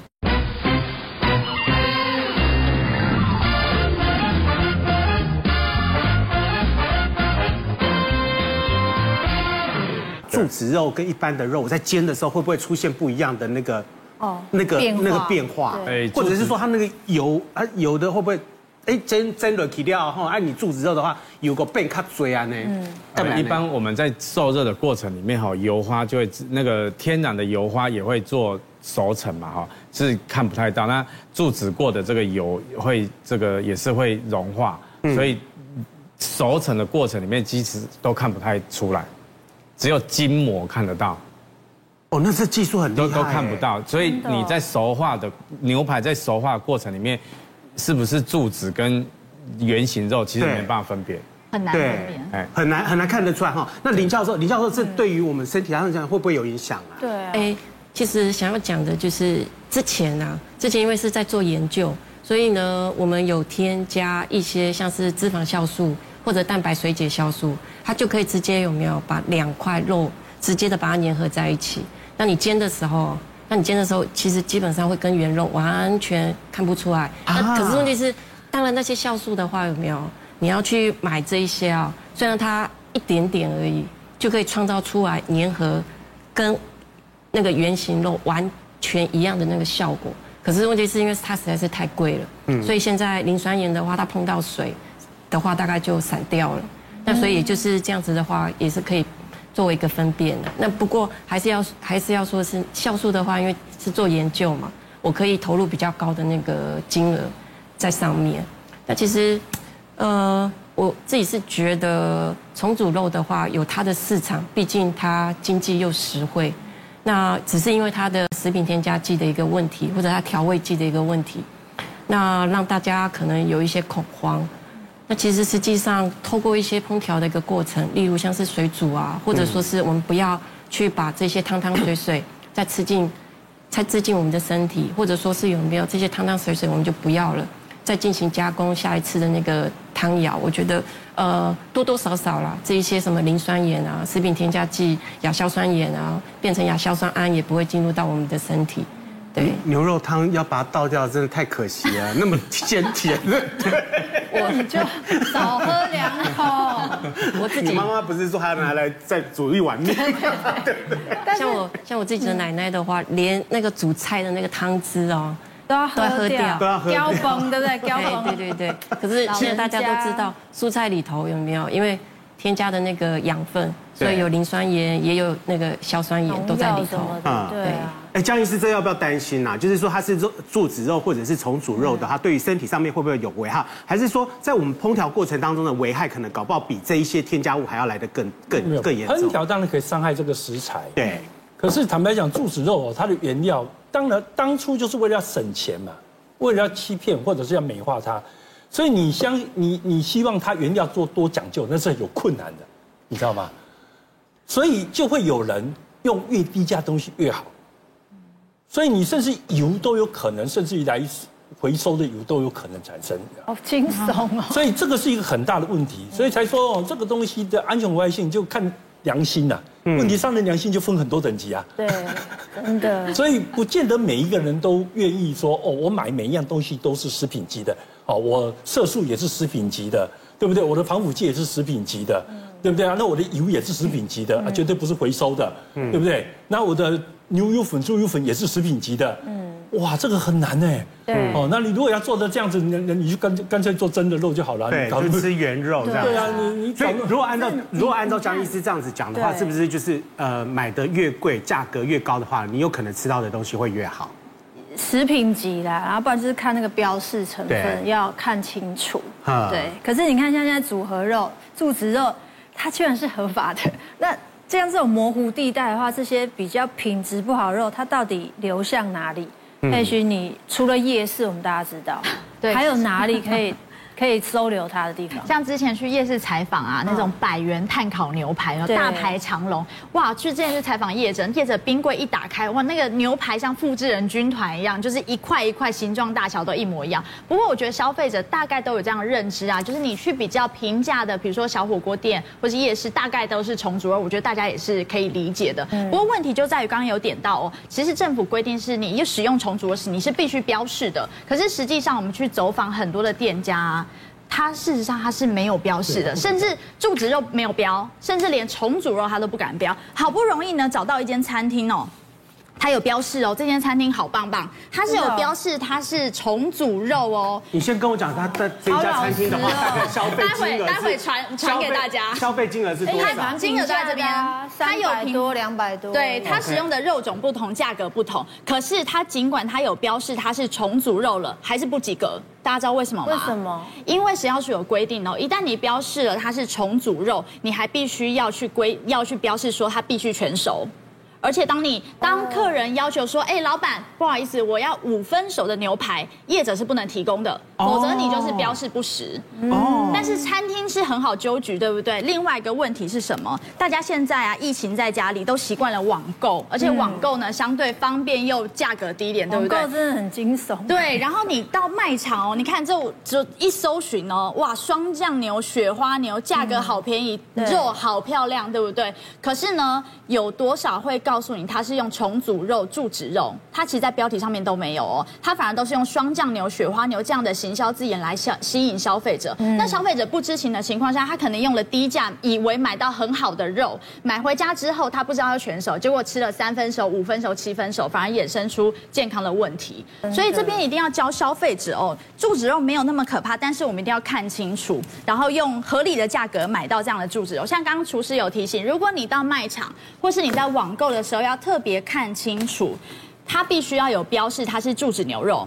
[SPEAKER 4] 柱子肉跟一般的肉，我在煎的时候会不会出现不一样的那个
[SPEAKER 2] 哦，
[SPEAKER 4] 那个
[SPEAKER 2] 变化
[SPEAKER 4] 那个变化？
[SPEAKER 5] 对哎
[SPEAKER 4] 或者是说它那个油，它油的会不会？哎，煎煎了起掉哈，按你柱子肉的话，有个变卡嘴啊呢。嗯，
[SPEAKER 5] 呃一般我们在受热的过程里面哈，油花就会那个天然的油花也会做熟成嘛哈，是看不太到。那注脂过的这个油会这个也是会融化，
[SPEAKER 4] 嗯
[SPEAKER 5] 所以熟成的过程里面其实都看不太出来，只有筋膜看得到。
[SPEAKER 4] 哦，那这技术很厉害
[SPEAKER 5] 都
[SPEAKER 4] 哎，
[SPEAKER 5] 都看不到，所以你在熟化的牛排在熟化的过程里面，是不是柱子跟圆形肉其实
[SPEAKER 4] 对
[SPEAKER 5] 没办法分别？
[SPEAKER 7] 很难分
[SPEAKER 4] 对
[SPEAKER 7] 辨，。
[SPEAKER 5] 哎
[SPEAKER 4] 很难很难看得出来哈。那林教授，林教授，这对于我们身体上讲会不会有影响啊？
[SPEAKER 2] 对啊，
[SPEAKER 3] 哎，其实想要讲的就是之前啊，之前因为是在做研究，所以呢，我们有添加一些像是脂肪酵素或者蛋白水解酵素，它就可以直接有没有把两块肉直接的把它粘合在一起。那你煎的时候，那你煎的时候，其实基本上会跟啊原肉完全看不出来。那可是问题是，当然那些酵素的话有没有？你要去买这一些啊、虽然它一点点而已，就可以创造出来粘合跟那个圆形肉完全一样的那个效果。可是问题是因为它实在是太贵了，所以现在磷酸盐的话，它碰到水的话，大概就散掉了。那所以也就是这样子的话，也是可以作为一个分辨的。那不过还是要还是要说是酵素的话，因为是做研究嘛，我可以投入比较高的那个金额在上面。那其实，呃，我自己是觉得重组肉的话有它的市场，毕竟它经济又实惠。那只是因为它的食品添加剂的一个问题，或者它调味剂的一个问题，那让大家可能有一些恐慌。那其实实际上透过一些烹调的一个过程，例如像是水煮啊，或者说是我们不要去把这些汤汤水水 再吃进，再吃进我们的身体，或者说是有没有这些汤汤水水我们就不要了，再进行加工下一次的那个汤肴。我觉得呃多多少少啦，这一些什么磷酸盐啊、食品添加剂、亚硝酸盐啊，变成亚硝酸胺也不会进入到我们的身体，对。
[SPEAKER 4] 牛肉汤要把它倒掉，真的太可惜了，那么鲜甜。
[SPEAKER 7] 我就少喝两口。
[SPEAKER 3] 我自
[SPEAKER 4] 你
[SPEAKER 3] 己
[SPEAKER 4] 妈妈不是说还要拿来再煮一碗面？
[SPEAKER 3] 像我像我自己的奶奶的话，连那个煮菜的那个汤汁哦，
[SPEAKER 2] 都要
[SPEAKER 3] 都要喝
[SPEAKER 2] 喝
[SPEAKER 3] 掉
[SPEAKER 2] 掉，
[SPEAKER 3] 都
[SPEAKER 4] 要喝掉
[SPEAKER 2] 胶崩对不对？胶崩
[SPEAKER 3] 哎 对对对对。可是现在大家都知道，蔬菜里头有没有因为添加的那个养分，所以有磷酸盐，也有那个硝酸盐都在里
[SPEAKER 2] 什
[SPEAKER 3] 头
[SPEAKER 2] 么。的，对啊。
[SPEAKER 4] 哎，江医师，这要不要担心啊？就是说它是肉柱子肉或者是重组肉的
[SPEAKER 7] 嗯
[SPEAKER 4] 话，对于身体上面会不会有危害？还是说在我们烹调过程当中的危害，可能搞不好比这一些添加物还要来得更
[SPEAKER 6] 没有
[SPEAKER 4] 更更严
[SPEAKER 6] 烹
[SPEAKER 4] 重？
[SPEAKER 6] 调当然可以伤害这个食材，
[SPEAKER 4] 对，
[SPEAKER 6] 可是坦白讲，柱子肉哦，它的原料当然当初就是为了要省钱嘛，为了要欺骗或者是要美化它，所以你相你你希望它原料做多讲究，那是有困难的，你知道吗？所以就会有人用越低价东西越好，所以你甚至油都有可能，甚至于来回收的油都有可能产生。
[SPEAKER 2] 好惊悚哦！
[SPEAKER 6] 所以这个是一个很大的问题，所以才说哦，这个东西的安全无害性就看良心呐、问题上的良心就分很多等级啊，
[SPEAKER 2] 对，真的，
[SPEAKER 6] 所以不见得每一个人都愿意说哦，我买每一样东西都是食品级的，哦，我色素也是食品级的，对不对？我的防腐剂也是食品级的，
[SPEAKER 4] 嗯
[SPEAKER 6] 对不对啊？那我的油也是食品级的，啊绝对不是回收的，
[SPEAKER 4] 嗯
[SPEAKER 6] 对不对？那我的牛油粉、猪油粉也是食品级的，嗯，哇，这个很难呢。
[SPEAKER 2] 对
[SPEAKER 6] 哦，那你如果要做的这样子，你你你就干脆干脆做真的肉就好了，
[SPEAKER 4] 对，
[SPEAKER 6] 你搞
[SPEAKER 4] 就吃原肉这样
[SPEAKER 6] 对
[SPEAKER 4] 子。
[SPEAKER 6] 啊，你你
[SPEAKER 4] 所 以
[SPEAKER 6] 搞，
[SPEAKER 4] 如果按照如果按照江医师这样子讲的话，
[SPEAKER 2] 对
[SPEAKER 4] 是不是就是呃买的越贵，价格越高的话，你有可能吃到的东西会越好？
[SPEAKER 2] 食品级啦，然后不然就是看那个标示成分，
[SPEAKER 4] 对
[SPEAKER 2] 要看清楚
[SPEAKER 4] 啊。
[SPEAKER 1] 呃
[SPEAKER 2] 对，可是你看像现在组合肉、柱子肉，它居然是合法的。 那这样这种模糊地带的话，这些比较品质不好的肉，它到底流向哪里？也许你除了夜市，我们大家知道，
[SPEAKER 7] 对
[SPEAKER 2] 还有哪里可以 可以收留它的地方？
[SPEAKER 7] 像之前去夜市采访啊，那种百元炭烤牛排，然后
[SPEAKER 2] 对
[SPEAKER 7] 大排长龙，哇！去之前去采访业者，业者冰柜一打开，哇，那个牛排像复制人军团一样，就是一块一块，形状大小都一模一样。不过我觉得消费者大概都有这样的认知啊，就是你去比较平价的，比如说小火锅店或是夜市，大概都是重组肉，我觉得大家也是可以理解的。不过问题就在于刚刚有点到哦，其实政府规定是你一使用重组肉时，你是必须标示的，可是实际上我们去走访很多的店家、啊。它事实上它是没有标示的，甚至柱子肉没有标，甚至连重组肉它都不敢标。好不容易呢找到一间餐厅哦，它有标示哦，这间餐厅好棒棒，它是
[SPEAKER 2] 真的
[SPEAKER 7] 有
[SPEAKER 2] 哦
[SPEAKER 7] 标示它是重组肉哦。
[SPEAKER 4] 你先跟我讲，他在这一家餐厅的话，
[SPEAKER 7] 好老实哦
[SPEAKER 4] 大 概消费金额是
[SPEAKER 7] 待会待会传传给大家
[SPEAKER 4] 消费金额是多
[SPEAKER 7] 哎
[SPEAKER 4] 少
[SPEAKER 7] 它？金额在这边它
[SPEAKER 2] 啊三
[SPEAKER 7] 有
[SPEAKER 2] 百
[SPEAKER 7] 评
[SPEAKER 2] 多、两百多，
[SPEAKER 7] 对，它使用的肉种不同，价格不同，可是它尽管它有标示它是重组肉了，还是不及格。大家知道为什么吗？
[SPEAKER 2] 为什么？
[SPEAKER 7] 因为食药署有规定哦，一旦你标示了它是重组肉，你还必须要去规要去标示说它必须全熟。而且当你
[SPEAKER 2] 哦
[SPEAKER 7] 当客人要求说，哎、老板，不好意思，我要五分熟的牛排，业者是不能提供的，
[SPEAKER 2] 哦
[SPEAKER 7] 否则你就是标示不实。哦。但是餐厅是很好纠举，对不对？另外一个问题是什么？大家现在啊，疫情在家里都习惯了网购，而且网购呢相对方便又价格低廉，对
[SPEAKER 2] 网
[SPEAKER 7] 不对？
[SPEAKER 2] 购真的很惊悚。
[SPEAKER 7] 对，然后你到卖场哦，你看这我就一搜寻哦，哇，双酱牛、雪花牛，价格好便宜，
[SPEAKER 2] 对
[SPEAKER 7] 肉好漂亮，对不对？可是呢，有多少会告诉你它是用重组肉、注脂肉？它其实在标题上面都没有哦，它反而都是用双酱牛、雪花牛这样的形行销字眼来消吸引消费者。那消费者不知情的情况下，他可能用了低价，以为买到很好的肉，买回家之后他不知道要全熟，结果吃了三分熟、五分熟、七分熟，反而衍生出健康的问题。所以这边一定要教消费者哦，柱子肉没有那么可怕，但是我们一定要看清楚，然后用合理的价格买到这样的柱子肉。像刚刚厨师有提醒，如果你到卖场或是你在网购的时候，要特别看清楚。它必须要有标示，它是柱子牛肉，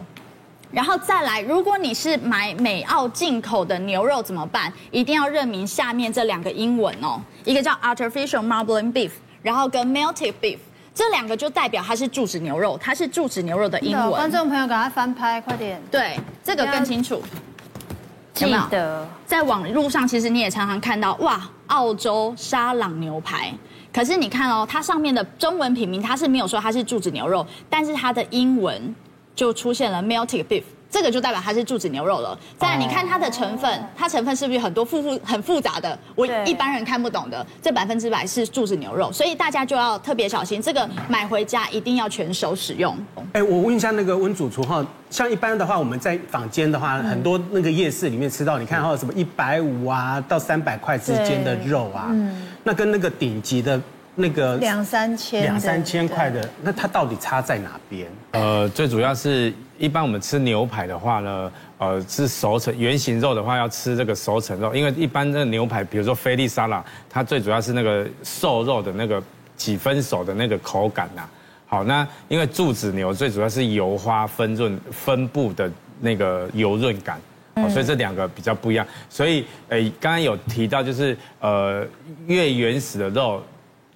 [SPEAKER 7] 然后再来，如果你是买美澳进口的牛肉怎么办？一定要认明下面这两个英文哦，一个叫 artificial marbling beef，然后跟 melted beef，这两个就代表它是柱子牛肉，它是柱子牛肉的英
[SPEAKER 2] 真的哦观
[SPEAKER 7] 文。
[SPEAKER 2] 众朋友赶快翻拍，快点。
[SPEAKER 7] 对，这个
[SPEAKER 2] 啊
[SPEAKER 7] 更清楚。有
[SPEAKER 8] 记
[SPEAKER 7] 没有
[SPEAKER 8] 得
[SPEAKER 7] 在网路上，其实你也常常看到，哇，澳洲沙朗牛排。可是你看哦，它上面的中文品名它是没有说它是柱子牛肉，但是它的英文就出现了 melted beef，这个就代表它是柱子牛肉了。再来，你看它的成分，它成分是不是很多复复很复杂的？我
[SPEAKER 8] 对
[SPEAKER 7] 一般人看不懂的，这百分之百是柱子牛肉，所以大家就要特别小心，这个买回家一定要全熟使用。
[SPEAKER 1] 哎，我问一下那个温主厨哈，像一般的话，我们在坊间的
[SPEAKER 7] 嗯
[SPEAKER 1] 话，很多那个夜市里面吃到，你看哈，什么一百五啊到三百块之间的肉啊，
[SPEAKER 7] 嗯
[SPEAKER 1] 那跟那个顶级的那个
[SPEAKER 2] 两三千的，
[SPEAKER 1] 两三千块的，那它到底差在哪边？
[SPEAKER 5] 呃，最主要是一般我们吃牛排的话呢，呃，吃熟成原型肉的话要吃这个熟成肉，因为一般的牛排，比如说菲力沙拉，它最主要是那个瘦肉的那个几分熟的那个口感呐、好，那因为柱子牛最主要是油花分润分布的那个油润感。哦，所以这两个比较不一样，所以诶，刚刚有提到就是呃，越原始的肉，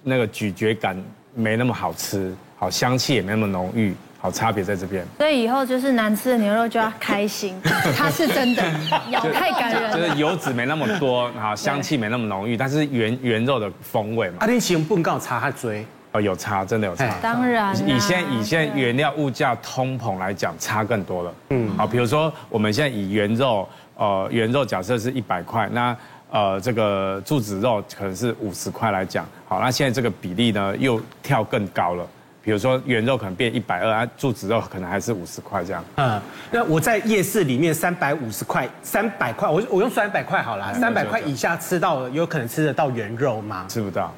[SPEAKER 5] 那个咀嚼感没那么好吃，好香气也没那么浓郁，好差别在这边。
[SPEAKER 2] 所以以后就是难吃的牛肉就要开心，它是真的，咬太感人
[SPEAKER 5] 就
[SPEAKER 2] 了。
[SPEAKER 5] 是油脂没那么多，然后香气没那么浓郁，但是原原肉的风味嘛
[SPEAKER 1] 啊，，你行不告差他追，
[SPEAKER 5] 哦，有差，真的有差
[SPEAKER 1] 哎。
[SPEAKER 2] 当然啦，
[SPEAKER 5] 以现以现原料物价通膨来讲，差更多了。嗯，好，比如说我们现在以原肉，呃，原肉假设是一百块，那呃这个柱子肉可能是五十块来讲，好，那现在这个比例呢又跳更高了。比如说原肉可能变一百二，啊，柱子肉可能还是五十块这样。
[SPEAKER 1] 嗯，那我在夜市里面三百五十块，三百块，我我用三百块好了，
[SPEAKER 2] 嗯
[SPEAKER 1] 三百块以下吃到有可能吃得到原肉 吗？
[SPEAKER 5] 吃不到，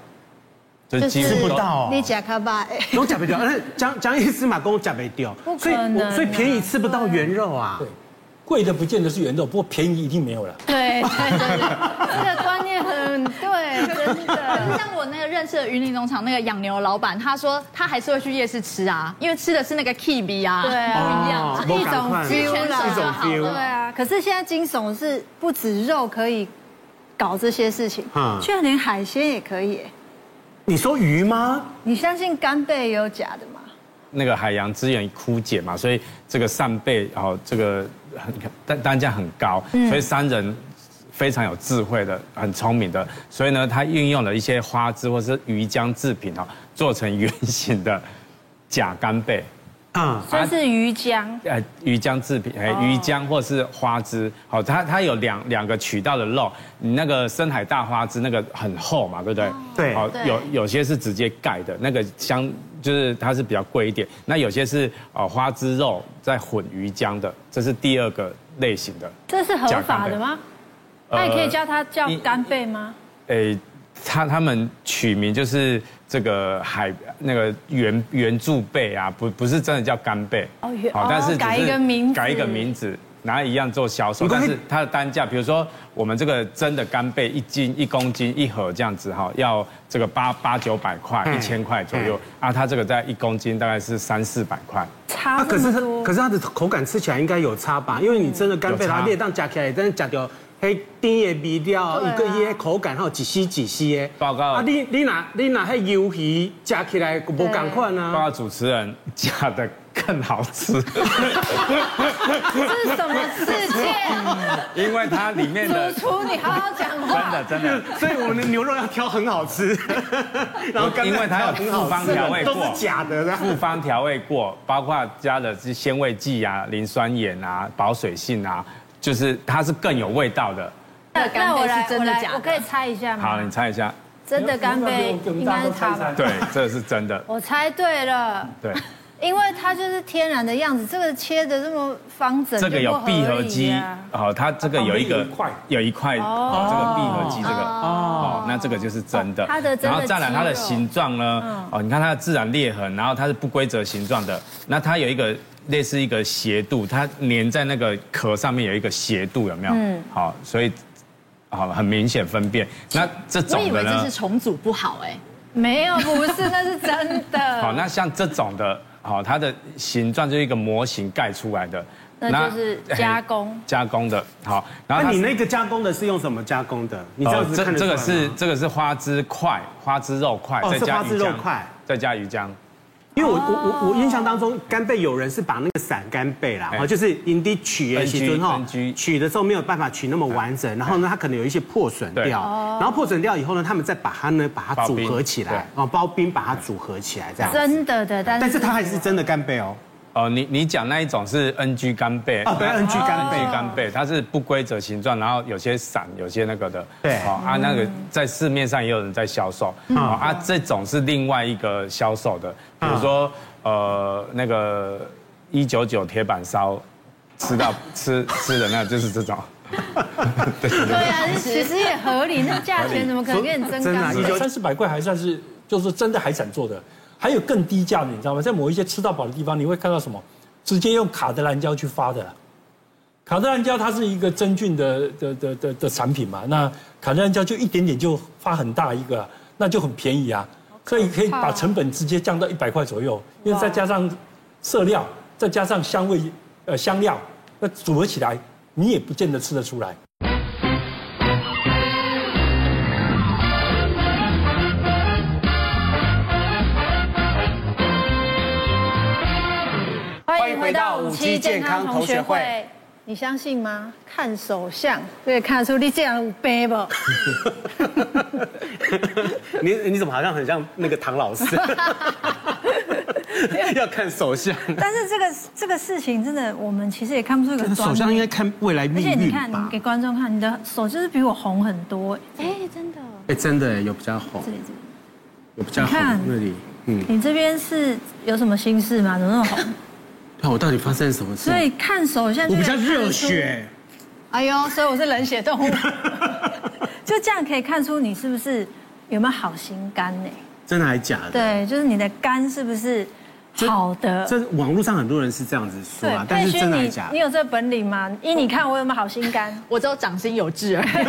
[SPEAKER 5] 就
[SPEAKER 2] 就
[SPEAKER 5] 是
[SPEAKER 2] 是
[SPEAKER 5] 几乎
[SPEAKER 1] 吃不
[SPEAKER 5] 都
[SPEAKER 1] 到、
[SPEAKER 2] 你假卡吧，哎
[SPEAKER 1] 都假不掉，但是讲讲一司马公假不掉，
[SPEAKER 2] 不可
[SPEAKER 1] 所以
[SPEAKER 2] 能啊
[SPEAKER 1] 我所以便宜吃不到原肉啊
[SPEAKER 6] 对。贵的不见得是原肉，不过便宜一定没有了。
[SPEAKER 2] 对对对，对这个观念很对，真的。
[SPEAKER 7] 像我那个认识的云林农场那个养牛的老板，他说他还是会去夜市吃啊，因为吃的是那个 K B 啊，
[SPEAKER 2] 对啊
[SPEAKER 7] 不一样，
[SPEAKER 1] 哦不
[SPEAKER 2] 一
[SPEAKER 1] 赶
[SPEAKER 2] 种
[SPEAKER 1] 快
[SPEAKER 2] feel 啦，
[SPEAKER 1] 一种 feel
[SPEAKER 2] 对啊。可是现在惊悚是不止肉可以搞这些事情
[SPEAKER 1] 嗯，
[SPEAKER 2] 居然连海鲜也可以耶。
[SPEAKER 1] 你说鱼吗？
[SPEAKER 2] 你相信干贝也有假的吗？
[SPEAKER 5] 那个海洋资源枯竭嘛，所以这个扇贝哦，这个很单单价很高，所以商人非常有智慧的，很聪明的，所以呢，他运用了一些花枝或是鱼浆制品哦，做成圆形的假干贝，
[SPEAKER 1] 嗯，
[SPEAKER 8] 所以是鱼浆，
[SPEAKER 5] 呃，鱼浆制品，哎，鱼浆或是花枝，好，它它有两两个渠道的肉，你那个深海大花枝那个很厚嘛，对不对？
[SPEAKER 1] 对
[SPEAKER 5] 好，
[SPEAKER 7] 对
[SPEAKER 5] 有有些是直接盖的，那个相就是它是比较贵一点，那有些是呃花枝肉再混鱼浆的，这是第二个类型的，
[SPEAKER 8] 这是合法的吗？那你可以叫它叫
[SPEAKER 5] 一
[SPEAKER 8] 干贝吗？
[SPEAKER 5] 诶，他他们取名就是这个海那个圆圆柱贝啊，不不是真的叫干贝
[SPEAKER 8] 哦原
[SPEAKER 5] 好但是只是
[SPEAKER 8] 改一个名字
[SPEAKER 5] 改一个名字，然后一样做销售，
[SPEAKER 1] 你
[SPEAKER 5] 但
[SPEAKER 1] 刚才
[SPEAKER 5] 是它的单价，比如说我们这个真的干贝一斤一公斤一盒这样子哈，要这个八八九百块
[SPEAKER 8] 嗯
[SPEAKER 5] 一千块左右啊，它这个在一公斤大概是三四百块，
[SPEAKER 8] 差
[SPEAKER 1] 啊，
[SPEAKER 8] 这
[SPEAKER 1] 可是
[SPEAKER 8] 么
[SPEAKER 1] 它
[SPEAKER 8] 多
[SPEAKER 1] 可是它的口感吃起来应该有差吧？因为你真的干贝
[SPEAKER 5] 有差
[SPEAKER 1] 它列当夹起来，但是夹掉。嘿，丁也比掉一个耶，口感还有几丝几丝耶。
[SPEAKER 5] 报告
[SPEAKER 1] 啊，你你哪你哪嘿鱿鱼夹起来不赶快
[SPEAKER 5] 包
[SPEAKER 1] 啊？
[SPEAKER 5] 括主持人假的更好 吃。
[SPEAKER 2] 这是什么世界？
[SPEAKER 5] 因为它里面的
[SPEAKER 2] 主厨，你好好讲
[SPEAKER 5] 真
[SPEAKER 2] 话。
[SPEAKER 5] 的真的，
[SPEAKER 1] 所以我们的牛肉要挑很好 吃，然后干贝
[SPEAKER 5] 因为它有
[SPEAKER 1] 要挑很好
[SPEAKER 5] 复方
[SPEAKER 1] 吃的
[SPEAKER 5] 调味过
[SPEAKER 1] 都是假的这样。
[SPEAKER 5] 复方调味过， 包括加了这鲜味剂啊、磷酸盐啊、保水性啊，就是它是更有味道的。
[SPEAKER 7] 那个干贝
[SPEAKER 8] 来
[SPEAKER 7] 是真的
[SPEAKER 8] 我来
[SPEAKER 7] 假
[SPEAKER 8] 我
[SPEAKER 7] 的
[SPEAKER 8] 可以。猜一下吗？
[SPEAKER 5] 好，你猜一下，
[SPEAKER 8] 真的干贝应该是它吧？
[SPEAKER 5] 对，这是真的，
[SPEAKER 8] 我猜对了，
[SPEAKER 5] 对，
[SPEAKER 2] 因为它就是天然的样子，这个切的这么方整，
[SPEAKER 5] 这个有
[SPEAKER 2] 啊
[SPEAKER 5] 闭合肌，哦，它这个有一个
[SPEAKER 6] 旁
[SPEAKER 5] 有
[SPEAKER 6] 边有一块
[SPEAKER 5] 一块哦，这个闭合肌这个哦，那这个就是真的
[SPEAKER 2] 哦它的。真的
[SPEAKER 5] 然后再来
[SPEAKER 2] 肌
[SPEAKER 5] 它的
[SPEAKER 2] 肉嗯
[SPEAKER 5] 形状呢，哦，你看它的自然裂痕，然后它是不规则形状的，那它有一个类似一个斜度，它粘在那个壳上面有一个斜度，有没有？嗯，好，所以好很明显分辨。那这
[SPEAKER 7] 我
[SPEAKER 5] 种
[SPEAKER 7] 以
[SPEAKER 5] 的
[SPEAKER 7] 为这
[SPEAKER 5] 呢
[SPEAKER 7] 是？重组不好哎，
[SPEAKER 2] 没有，不是，那是真的。
[SPEAKER 5] 好，那像这种的，好，它的形状就是一个模型盖出来的，
[SPEAKER 2] 那就是加工
[SPEAKER 5] 嘿加工的。好，然
[SPEAKER 1] 那
[SPEAKER 5] 后它
[SPEAKER 1] 啊你
[SPEAKER 5] 是
[SPEAKER 1] 那个加工的是用什么加工的？你这样
[SPEAKER 5] 哦，
[SPEAKER 1] 子
[SPEAKER 5] 这
[SPEAKER 1] 看得出
[SPEAKER 5] 这
[SPEAKER 1] 来吗
[SPEAKER 5] 个是这个是花枝块，花枝肉块，
[SPEAKER 1] 哦
[SPEAKER 5] 再
[SPEAKER 1] 是
[SPEAKER 5] 加
[SPEAKER 1] 花枝
[SPEAKER 5] 鱼
[SPEAKER 1] 肉
[SPEAKER 5] 浆
[SPEAKER 1] 块，
[SPEAKER 5] 再加鱼浆。
[SPEAKER 1] 因为我我
[SPEAKER 2] 哦
[SPEAKER 1] 我我印象当中，干贝有人是把那个散干贝啦，
[SPEAKER 5] 哎
[SPEAKER 1] 哦，就是因地取的
[SPEAKER 5] NG
[SPEAKER 1] 时候哈
[SPEAKER 5] NG，
[SPEAKER 1] 取的时候没有办法取那么完整，然后呢，它可能有一些破损
[SPEAKER 5] 对
[SPEAKER 1] 掉，然后破损掉以后呢，他们再把它呢把它
[SPEAKER 5] 包
[SPEAKER 1] 组
[SPEAKER 5] 冰
[SPEAKER 1] 合起来，哦，包冰把它组合起来这样，
[SPEAKER 9] 真的的，但是
[SPEAKER 1] 但是它还是真的干贝哦，
[SPEAKER 5] 哦，你你讲那一种是 NG 干贝
[SPEAKER 1] 哦对
[SPEAKER 5] 那
[SPEAKER 1] NG 干贝
[SPEAKER 5] NG 干贝，它是不规则形状，然后有些散，有些那个的。
[SPEAKER 1] 对嗯
[SPEAKER 5] 哦啊，那个在市面上也有人在销售。哦啊，这种是另外一个销售的，比如说呃那个一九九铁板烧，吃到吃吃的那就 是这种。
[SPEAKER 2] 对啊，其实也合理，那价钱怎么可能给你增
[SPEAKER 1] 真的
[SPEAKER 2] 高
[SPEAKER 1] 啊？一
[SPEAKER 6] 三四百块还算是，就是真的海产做的，还有更低价的，你知道吗？在某一些吃到饱的地方，你会看到什么？直接用卡德兰胶去发的啦。卡德兰胶它是一个真菌的的的的的产品嘛，那卡德兰胶就一点点就发很大一个啊，那就很便宜啊，所以可以把成本直接降到一百块左右，因为再加上色料，再加上香味呃香料，那组合起来你也不见得吃得出来。
[SPEAKER 2] 欢
[SPEAKER 1] 迎回到五期健康同学会。
[SPEAKER 2] 你相信吗？看手相，可以看得出你这样有 病不？
[SPEAKER 1] 你 你怎么好像很像那个唐老 师？ 要看手相，
[SPEAKER 2] 但是这个这个事情真的，我们其实也看不出一个端
[SPEAKER 1] 手
[SPEAKER 2] 倪
[SPEAKER 1] 相应该看未来
[SPEAKER 2] 而
[SPEAKER 1] 命
[SPEAKER 2] 且你
[SPEAKER 1] 运
[SPEAKER 2] 看，你
[SPEAKER 1] 吧？
[SPEAKER 2] 给观众看，你的手就是比我红很多。
[SPEAKER 7] 哎，真的。
[SPEAKER 1] 哎，真的耶有比较红
[SPEAKER 2] 这，里这里，
[SPEAKER 1] 有比较
[SPEAKER 2] 你看
[SPEAKER 1] 红那里。嗯，
[SPEAKER 2] 你这边是有什么心事吗？怎么那么 红？
[SPEAKER 1] 啊看我到底发生什么事
[SPEAKER 2] 所？以看手相，
[SPEAKER 1] 我比较热。血。
[SPEAKER 2] 哎呦，所以我是冷血 动物。就这样可以看出你是不是有没有好心肝呢？
[SPEAKER 1] 真的还假的？
[SPEAKER 2] 对，就是你的肝是不是好的？
[SPEAKER 1] 这网络上很多人是这样子说
[SPEAKER 2] 对
[SPEAKER 1] 啊，，但
[SPEAKER 2] 佩
[SPEAKER 1] 是真
[SPEAKER 2] 勋，
[SPEAKER 1] 的还
[SPEAKER 2] 你
[SPEAKER 1] 假
[SPEAKER 2] 你
[SPEAKER 1] 的？
[SPEAKER 2] 有这本领吗？依你看我有没有好心肝？
[SPEAKER 7] 我只有掌心有痣而已。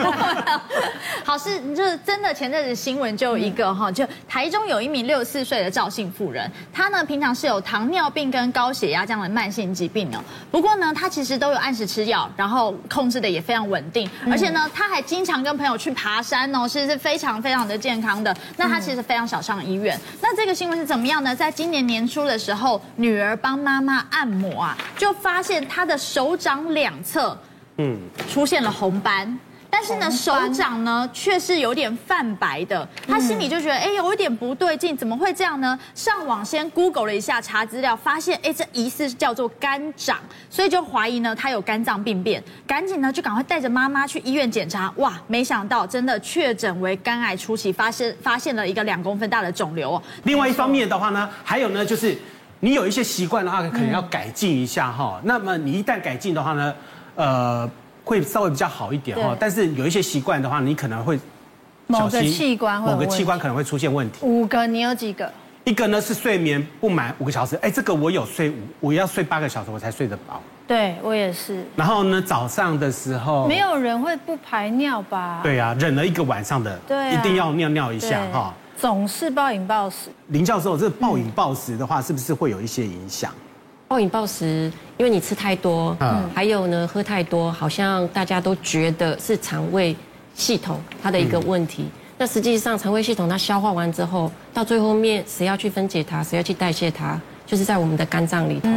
[SPEAKER 7] 好是就是真的，前阵子新闻就有一个哈，就台中有一名六十四岁的赵姓妇人，她呢平常是有糖尿病跟高血压这样的慢性疾病哦。不过呢，她其实都有按时吃药，然后控制的也非常稳定，而且呢，她还经常跟朋友去爬山哦，是是非常非常的健康的。那她其实非常少上医院。那这个新闻是怎么样呢？在今年年初的时候，女儿帮妈妈按摩啊，就发现她的手掌两侧。出现了红斑。但是呢，手掌呢却是有点泛白的，他心里就觉得，哎，有一点不对劲，怎么会这样呢？上网先 Google 了一下，查资料，发现，哎，这疑似叫做肝掌，所以就怀疑呢，他有肝脏病变，赶紧呢就赶快带着妈妈去医院检查，哇，没想到真的确诊为肝癌初期，发现发现了一个两公分大的肿瘤哦，
[SPEAKER 1] 另外一方面的话呢，还有呢，就是你有一些习惯的啊话，可
[SPEAKER 2] 嗯
[SPEAKER 1] 能要改进一下哈。那么你一旦改进的话呢，呃，会稍微比较好一点哈
[SPEAKER 2] 对。
[SPEAKER 1] 但是有一些习惯的话，你可能会
[SPEAKER 2] 某
[SPEAKER 1] 小
[SPEAKER 2] 个
[SPEAKER 1] 心
[SPEAKER 2] 器官会有
[SPEAKER 1] 某个器官
[SPEAKER 2] 问
[SPEAKER 1] 可能会出现问题。
[SPEAKER 2] 题五个，你有几个？
[SPEAKER 1] 一个呢是睡眠不满五个小时，哎，这个我有睡五，我要睡八个小时我才睡得饱。
[SPEAKER 2] 对我也是，
[SPEAKER 1] 然后呢，早上的时候
[SPEAKER 2] 没有人会不排尿吧？
[SPEAKER 1] 哦对啊，忍了一个晚上的，
[SPEAKER 2] 对啊
[SPEAKER 1] 一定要尿尿一
[SPEAKER 2] 对，
[SPEAKER 1] 下哈。
[SPEAKER 2] 总是暴饮暴食，
[SPEAKER 1] 林教授，这暴饮暴食的话，是不是会有一些影响？
[SPEAKER 3] 暴饮暴食，因为你吃太多，
[SPEAKER 1] 嗯
[SPEAKER 3] 还有呢喝太多，好像大家都觉得是肠胃系统它的一个问题。那实际上肠胃系统它消化完之后，到最后面谁要去分解它，谁要去代谢它，就是在我们的肝脏里头。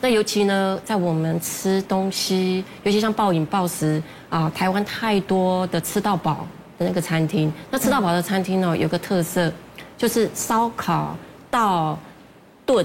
[SPEAKER 3] 那尤其呢，在我们吃东西，尤其像暴饮暴食啊、台湾太多的吃到饱的那个餐厅。那吃到饱的餐厅呢、有个特色，就是烧烤到炖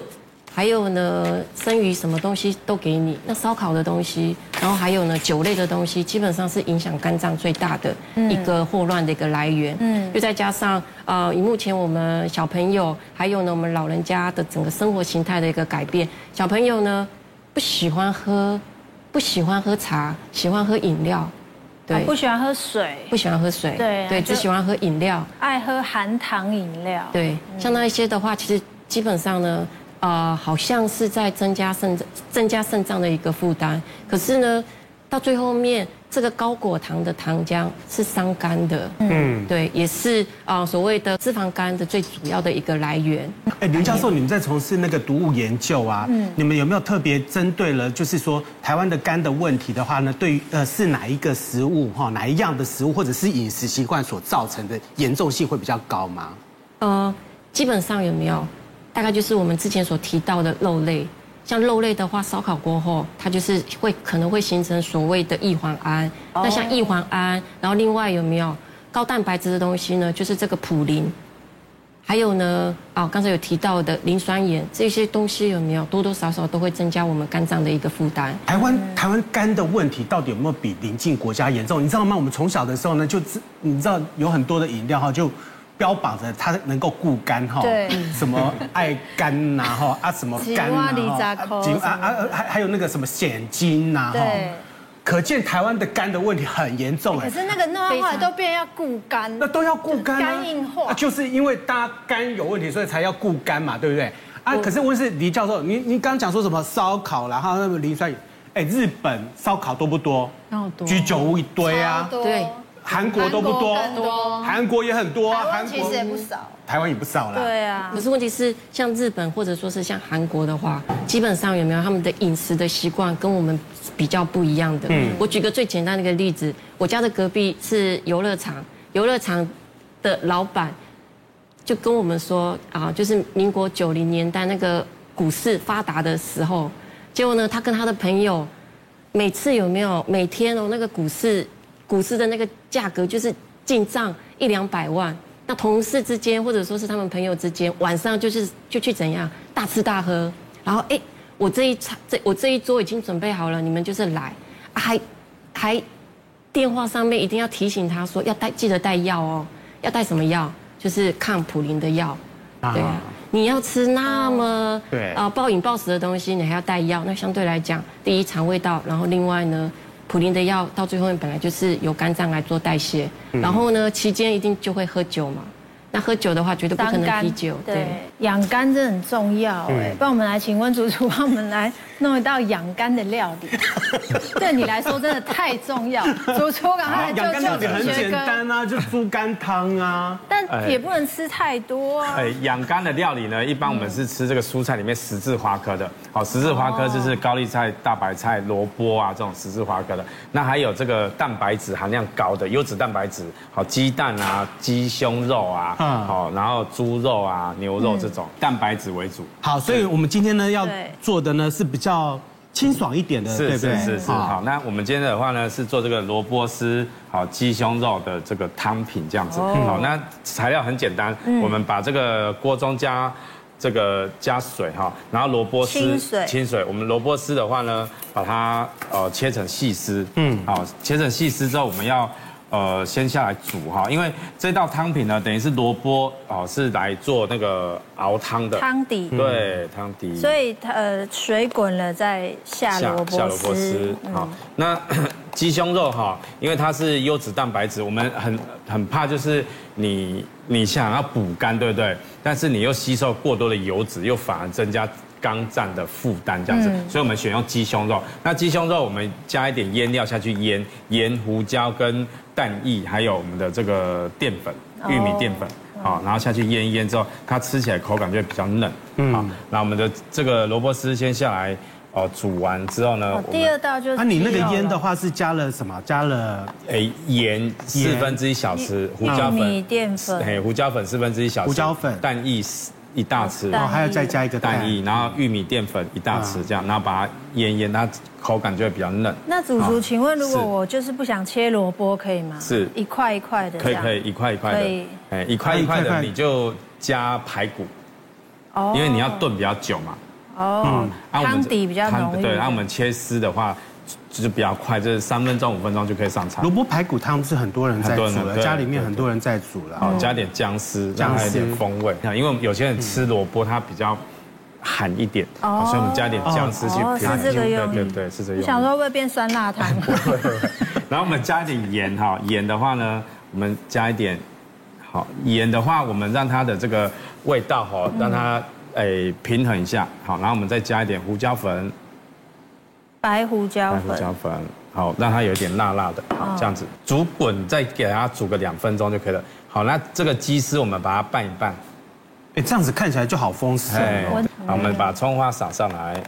[SPEAKER 3] 还有呢生鱼什么东西都给你，那烧烤的东西，然后还有呢酒类的东西，基本上是影响肝脏最大的
[SPEAKER 2] 嗯
[SPEAKER 3] 一个霍乱的一个来源。嗯，又再加上呃，以目前我们小朋友还有呢我们老人家的整个生活形态的一个改变，小朋友呢不喜欢喝，不喜欢喝茶，喜欢喝饮料，对，
[SPEAKER 2] 啊不喜欢喝水，
[SPEAKER 3] 不喜欢喝水，
[SPEAKER 2] 对啊
[SPEAKER 3] 对，
[SPEAKER 2] 就
[SPEAKER 3] 只喜欢喝饮料。
[SPEAKER 2] 爱喝含糖饮料。
[SPEAKER 3] 对，像那一些的话，其实基本上呢，呃，好像是在增加肾增加肾脏的一个负担。可是呢，到最后面，这个高果糖的糖浆是伤肝的，嗯，对，也是啊、呃所谓的脂肪肝的最主要的一个来源。
[SPEAKER 2] 嗯
[SPEAKER 1] 哎，林教授，你们在从事那个毒物研究啊，你们有没有特别针对了，就是说台湾的肝的问题的话呢，对于呃是哪一个食物哈，哪一样的食物或者是饮食习惯所造成的严重性会比较高吗？
[SPEAKER 3] 呃，基本上有没有？大概就是我们之前所提到的肉类，像肉类的话，烧烤过后，它就是会可能会形成所谓的异环胺。那像异环胺，然后另外有没有高蛋白质的东西呢？就是这个普林，还有呢，啊、刚才有提到的磷酸盐这些东西有没有多多少少都会增加我们肝脏的一个负担。
[SPEAKER 1] 台湾台湾肝的问题到底有没有比邻近国家严重？你知道吗？我们从小的时候呢，就知你知道有很多的饮料哈，就标榜着它能够固肝哈，
[SPEAKER 2] 对
[SPEAKER 1] 什么爱肝呐哈 啊什么肝呐
[SPEAKER 2] 吉蛙里
[SPEAKER 1] 哈
[SPEAKER 2] 扎
[SPEAKER 1] 啊
[SPEAKER 2] 口
[SPEAKER 1] 吉啊啊啊还还有那个什么鲜精呐哈
[SPEAKER 2] 对，
[SPEAKER 1] 可见台湾的肝的问题很严重哎
[SPEAKER 2] 可。是那个弄到后来都变要固肝
[SPEAKER 1] 那，都要固肝、啊，
[SPEAKER 2] 肝硬化
[SPEAKER 1] 啊就是因为大家肝有问题，所以才要固肝嘛，对不对？啊，可是问题是李教授，你你刚刚讲说什么烧烤啦，然后那个磷酸盐，哎，日本烧烤多不多？
[SPEAKER 3] 那多
[SPEAKER 1] 居酒屋一堆啊，
[SPEAKER 3] 对
[SPEAKER 1] 韩国多不多？
[SPEAKER 10] 韩国更多
[SPEAKER 1] 韩国也很多啊，
[SPEAKER 10] 台湾
[SPEAKER 1] 韩
[SPEAKER 10] 其
[SPEAKER 1] 国
[SPEAKER 10] 实也不少。
[SPEAKER 1] 台湾也不少啦。
[SPEAKER 2] 对啊，
[SPEAKER 3] 可是问题是，像日本或者说是像韩国的话，基本上有没有他们的饮食的习惯跟我们比较不一样的？我举个最简单的一个例子，我家的隔壁是游乐场，游乐场的老板就跟我们说啊，就是民国九零年代那个股市发达的时候，结果呢，他跟他的朋友每次有没有每天哦，那个股市股市的那个价格就是进账一两百万，那同事之间或者说是他们朋友之间，晚上就是就去怎样大吃大喝，然后哎，我这一场这我这一桌已经准备好了，你们就是来，啊还还电话上面一定要提醒他说要带记得带药哦，要带什么药？就是抗普林的药，对啊。你要吃那么
[SPEAKER 1] 对
[SPEAKER 3] 啊暴饮暴食的东西，你还要带药，那相对来讲，第一肠胃道，然后另外呢，普林的药到最后面本来就是由肝脏来做代谢，然后呢期间一定就会喝酒嘛，那喝酒的话绝对不可能啤酒，
[SPEAKER 2] 对，养肝真的很重要
[SPEAKER 1] 嗯
[SPEAKER 2] 哎。不然我们来请温主厨 帮我们来弄一道养肝的料 理，对你来说真的太重要。主厨赶快来救
[SPEAKER 1] 养肝料理
[SPEAKER 2] 救
[SPEAKER 1] 很
[SPEAKER 2] 主
[SPEAKER 1] 简
[SPEAKER 2] 学哥，
[SPEAKER 1] 单啊，就猪肝汤啊。
[SPEAKER 2] 但也不能吃太多啊。
[SPEAKER 5] 呃，养肝的料理呢，一般我们是吃这个蔬菜里面十字花科的，好，十字花科就是高丽菜、大白菜、萝卜啊这种十字花科的。那还有这个蛋白质含量高的优质蛋白质，好，鸡蛋啊、鸡胸肉啊，
[SPEAKER 1] 嗯
[SPEAKER 5] 好，然后猪肉啊、牛肉这种蛋白质为主。
[SPEAKER 1] 好，所以我们今天呢要
[SPEAKER 2] 对
[SPEAKER 1] 做的呢是比较清爽一
[SPEAKER 2] 呃
[SPEAKER 1] 点的，对
[SPEAKER 5] 是
[SPEAKER 1] 不对？
[SPEAKER 5] 是是是，
[SPEAKER 1] 好
[SPEAKER 5] 好，那我们今天的话呢是做这个萝卜丝，好鸡胸肉的这个汤品这样子，
[SPEAKER 2] 哦
[SPEAKER 5] 好，那材料很简单，
[SPEAKER 2] 嗯
[SPEAKER 5] 我们把这个锅中加这个加水哈，然后萝卜丝
[SPEAKER 2] 清水
[SPEAKER 5] 清水，我们萝卜丝的话呢，把它呃切成细丝，嗯，好，切成细丝之后我们要。呃，先下来煮哈，因为这道汤品呢，等于是萝卜哦，是来做那个熬汤的
[SPEAKER 2] 汤底
[SPEAKER 5] 对，汤底。
[SPEAKER 2] 所以它呃，水滚了再下
[SPEAKER 5] 下
[SPEAKER 2] 萝
[SPEAKER 1] 嗯
[SPEAKER 5] 下
[SPEAKER 2] 卜
[SPEAKER 5] 萝
[SPEAKER 2] 丝
[SPEAKER 5] 卜
[SPEAKER 2] 嗯
[SPEAKER 5] 丝。，好，那 鸡胸肉哈，因为它是优质蛋白质，我们很很怕就是你你想要补肝，对不对？但是你又吸收过多的油脂，又反而增加。肝脏的负担这样子，
[SPEAKER 2] 嗯
[SPEAKER 5] 所以我们选用鸡胸肉。那鸡胸肉我们加一点腌料下去腌，盐、胡椒跟蛋液，还有我们的这个淀粉，
[SPEAKER 2] 哦
[SPEAKER 5] 玉米淀粉。好，然后下去腌一腌之后，它吃起来口感就会比较嫩。嗯，那我们的这个萝卜丝先下来，哦，煮完之后呢
[SPEAKER 2] 哦，
[SPEAKER 5] 我
[SPEAKER 2] 第
[SPEAKER 5] 们
[SPEAKER 2] 二道就是
[SPEAKER 1] 那啊你那个
[SPEAKER 2] 鸡肉了
[SPEAKER 1] 腌的话是加了什么？加了
[SPEAKER 5] 诶哎盐四分之一小匙，胡椒
[SPEAKER 2] 玉米
[SPEAKER 5] 粉，
[SPEAKER 2] 淀粉，
[SPEAKER 5] 嘿，胡椒粉四分之一小匙，
[SPEAKER 1] 胡椒粉
[SPEAKER 5] 蛋液一大匙，
[SPEAKER 1] 哦，
[SPEAKER 2] 蛋
[SPEAKER 1] 还要再加一个
[SPEAKER 5] 蛋
[SPEAKER 1] 蛋
[SPEAKER 5] 液，然后玉米淀粉一大
[SPEAKER 1] 嗯
[SPEAKER 5] 匙，这样，然后把它腌一腌，它口感就会比较嫩。
[SPEAKER 2] 那主厨，
[SPEAKER 5] 好
[SPEAKER 2] 请问如果
[SPEAKER 5] 是
[SPEAKER 2] 我就是不想切萝卜，可以吗？
[SPEAKER 5] 是
[SPEAKER 2] 一块一块的
[SPEAKER 5] 可
[SPEAKER 2] 这
[SPEAKER 5] 以
[SPEAKER 2] 样。
[SPEAKER 5] 可以，一块一块
[SPEAKER 2] 可
[SPEAKER 5] 的
[SPEAKER 2] 以，
[SPEAKER 5] 哎，一块一
[SPEAKER 1] 一块
[SPEAKER 5] 块
[SPEAKER 1] 一块
[SPEAKER 5] 的你就加排骨，
[SPEAKER 2] 哦
[SPEAKER 5] 因为你要炖比较久嘛。
[SPEAKER 1] 嗯
[SPEAKER 2] 哦，
[SPEAKER 5] 啊我们
[SPEAKER 2] 汤底比较
[SPEAKER 5] 汤
[SPEAKER 2] 浓郁。
[SPEAKER 5] 对，啊然后我们切丝的话就就比较快，就是三分钟五分钟就可以上菜
[SPEAKER 1] 萝。卜排骨汤是很多人在
[SPEAKER 5] 很多人
[SPEAKER 1] 煮了，
[SPEAKER 5] 对
[SPEAKER 1] 家里面很多人在煮哦了。
[SPEAKER 2] 嗯
[SPEAKER 5] 好，哦加点姜丝，让它有点风味。因为我们有些人吃萝卜它比较寒一点，好所以我们加点姜丝去
[SPEAKER 2] 哦
[SPEAKER 5] 平衡
[SPEAKER 2] 是这个用意
[SPEAKER 5] 对对对，是这
[SPEAKER 2] 我
[SPEAKER 5] 个
[SPEAKER 2] 想
[SPEAKER 5] 用意。
[SPEAKER 2] 说会不会变酸 辣汤？
[SPEAKER 5] 然后我们加一点盐哈，盐的话呢，我们加一点好盐的话，我们让它的这个味道哈，
[SPEAKER 2] 嗯
[SPEAKER 5] 让它诶平衡一下。好，然后我们再加一点胡椒粉，
[SPEAKER 2] 白胡椒
[SPEAKER 5] 白胡
[SPEAKER 2] 粉哦
[SPEAKER 5] 椒粉，好，让它有点辣辣的，好，这样子煮滚，再给它煮个两分钟就可以了。好，那这个鸡丝我们把它拌一拌，
[SPEAKER 1] 哎，这样子看起来就好丰盛
[SPEAKER 5] 哎
[SPEAKER 1] 哦。，
[SPEAKER 5] 好，我们把葱花撒上来，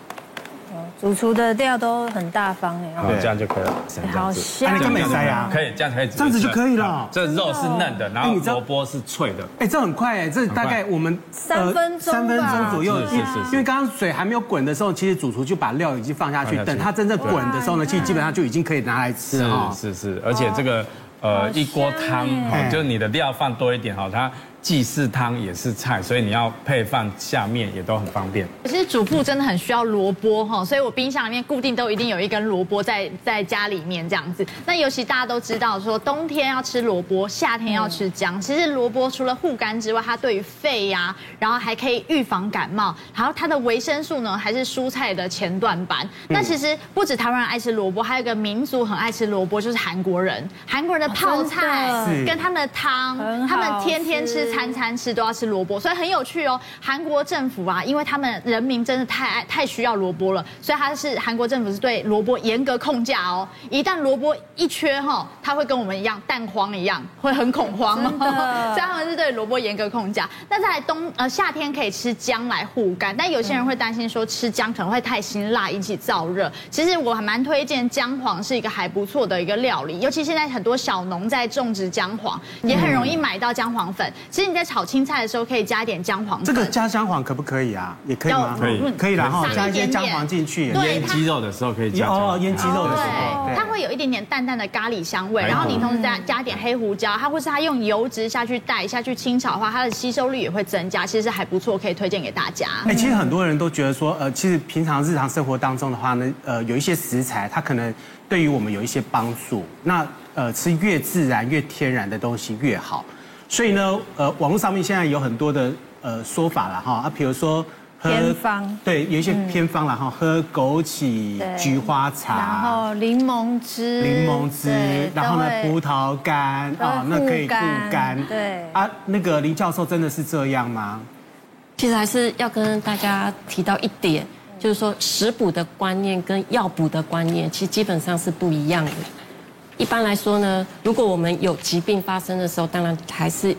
[SPEAKER 2] 主厨的料都很大方哎
[SPEAKER 5] 好，
[SPEAKER 2] 哦，
[SPEAKER 5] 这样就可以了，这样
[SPEAKER 2] 好
[SPEAKER 5] 子
[SPEAKER 2] 香
[SPEAKER 1] 哎你根本
[SPEAKER 2] 哦。
[SPEAKER 1] 塞啊
[SPEAKER 5] 可以，这样可以直接吃，
[SPEAKER 1] 这样子就可以了
[SPEAKER 5] 好这肉是嫩的，然后
[SPEAKER 1] 哎你知道
[SPEAKER 5] 萝卜是脆的，
[SPEAKER 1] 哎，这很快哎，这大概我们呃
[SPEAKER 2] 三分钟吧
[SPEAKER 1] 三分钟左右，
[SPEAKER 5] 是是是是
[SPEAKER 1] 因为刚刚水还没有滚的时候，其实主厨就把料已经放下去
[SPEAKER 5] 放下，去
[SPEAKER 1] 等它真正滚的时候呢，其实基本上就已经可以拿来吃
[SPEAKER 5] 是
[SPEAKER 1] 了哦。
[SPEAKER 5] 是是，而且这个呃一锅汤哈，
[SPEAKER 1] 哎
[SPEAKER 5] 就是你的料放多一点哈，它既是汤也是菜，所以你要配饭下面也都很方便。
[SPEAKER 7] 其实主妇真的很需要萝卜哈，所以我冰箱里面固定都一定有一根萝卜在在家里面这样子。那尤其大家都知道说，冬天要吃萝卜，夏天要吃姜。其实萝卜除了护肝之外，它对于肺呀、然后还可以预防感冒，然后它的维生素呢还是蔬菜的前段版。
[SPEAKER 1] 嗯
[SPEAKER 7] 那其实不止台湾人爱吃萝卜，还有一个民族很爱吃萝卜，就是韩国人。韩国人的泡菜
[SPEAKER 1] 啊
[SPEAKER 2] 哦
[SPEAKER 1] 真的
[SPEAKER 7] 跟他们的汤
[SPEAKER 2] 很，
[SPEAKER 7] 他
[SPEAKER 2] 好
[SPEAKER 7] 们天天吃
[SPEAKER 2] 吃
[SPEAKER 7] 餐。餐餐吃都要吃萝卜，所以很有趣哦。韩国政府啊，因为他们人民真的太爱太需要萝卜了，所以他是韩国政府是对萝卜严格控价哦。一旦萝卜一缺哈，他会跟我们一样蛋荒一样，会很恐慌哦。
[SPEAKER 2] 真的
[SPEAKER 7] 所以他们是对萝卜严格控价。那在冬呃夏天可以吃姜来护肝，但有些人会担心说吃姜可能会太辛辣，引起燥热。其实我还蛮推荐姜黄是一个还不错的一个料理，尤其现在很多小农在种植姜黄，也很容易买到姜黄粉。其实你在炒青菜的时候可以加一点姜黄粉，
[SPEAKER 1] 这个加姜黄可不可以啊？也可以吗？
[SPEAKER 5] 可以
[SPEAKER 1] 可以啦哈，
[SPEAKER 7] 撒
[SPEAKER 1] 加
[SPEAKER 7] 一
[SPEAKER 1] 一些
[SPEAKER 7] 点
[SPEAKER 1] 姜
[SPEAKER 7] 点
[SPEAKER 1] 黄进去。
[SPEAKER 7] 对
[SPEAKER 5] 腌
[SPEAKER 7] 它
[SPEAKER 5] 鸡肉的时候可以加姜
[SPEAKER 1] 哦，哎腌鸡肉的时候，
[SPEAKER 7] 对，它会有一点点淡淡的咖喱香味，
[SPEAKER 5] 白
[SPEAKER 7] 然后
[SPEAKER 5] 胡
[SPEAKER 7] 你同时再加点黑胡椒，它或是它用油脂下去带下去清炒的话，它的吸收率也会增加，其实还不错，可以推荐给大家。
[SPEAKER 1] 哎，其实很多人都觉得说，呃，其实平常日常生活当中的话呢，呃，有一些食材它可能对于我们有一些帮助。那呃，吃越自然、越天然的东西越好。所以呢，呃，网络上面现在有很多的呃说法了哈，啊，比如说喝
[SPEAKER 2] 偏方嗯
[SPEAKER 1] 对，有一些偏方了哈，喝枸杞
[SPEAKER 2] 对、
[SPEAKER 1] 菊花茶，
[SPEAKER 2] 然后柠檬汁，
[SPEAKER 1] 啊柠檬汁
[SPEAKER 2] 对，
[SPEAKER 1] 然后呢
[SPEAKER 2] 都
[SPEAKER 1] 葡
[SPEAKER 2] 会
[SPEAKER 1] 萄干
[SPEAKER 2] 都会
[SPEAKER 1] 啊、那可以
[SPEAKER 2] 护
[SPEAKER 1] 护
[SPEAKER 2] 肝
[SPEAKER 1] 肝。
[SPEAKER 2] 对
[SPEAKER 1] 啊，那个林教授真的是这样吗？
[SPEAKER 3] 其实还是要跟大家提到一点，就是说食补的观念跟药补的观念，其实基本上是不一样的。一般来说呢，如果我们有疾病发生的时候，当然还是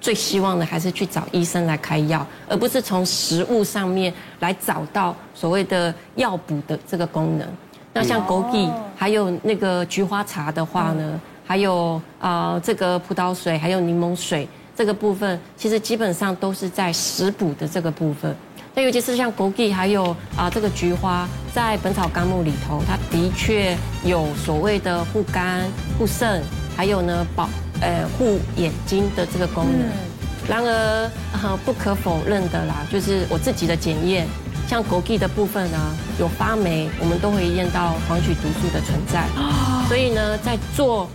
[SPEAKER 3] 最希望的还是去找医生来开药，而不是从食物上面来找到所谓的药补的这个功能。那像枸杞，还有那个菊花茶的话呢，还有啊、呃这个葡萄水，还有柠檬水这个部分，其实基本上都是在食补的这个部分。那尤其是像枸杞，还有啊、这个菊花，在《本草纲目》里头，它的确有所谓的护肝、护肾，还有呢保呃护眼睛的这个功能。然而、呃不可否认的啦，就是我自己的检验，像枸杞的部分啊呢，有发霉，我们都会验到黄曲毒素的存在。所以呢，在做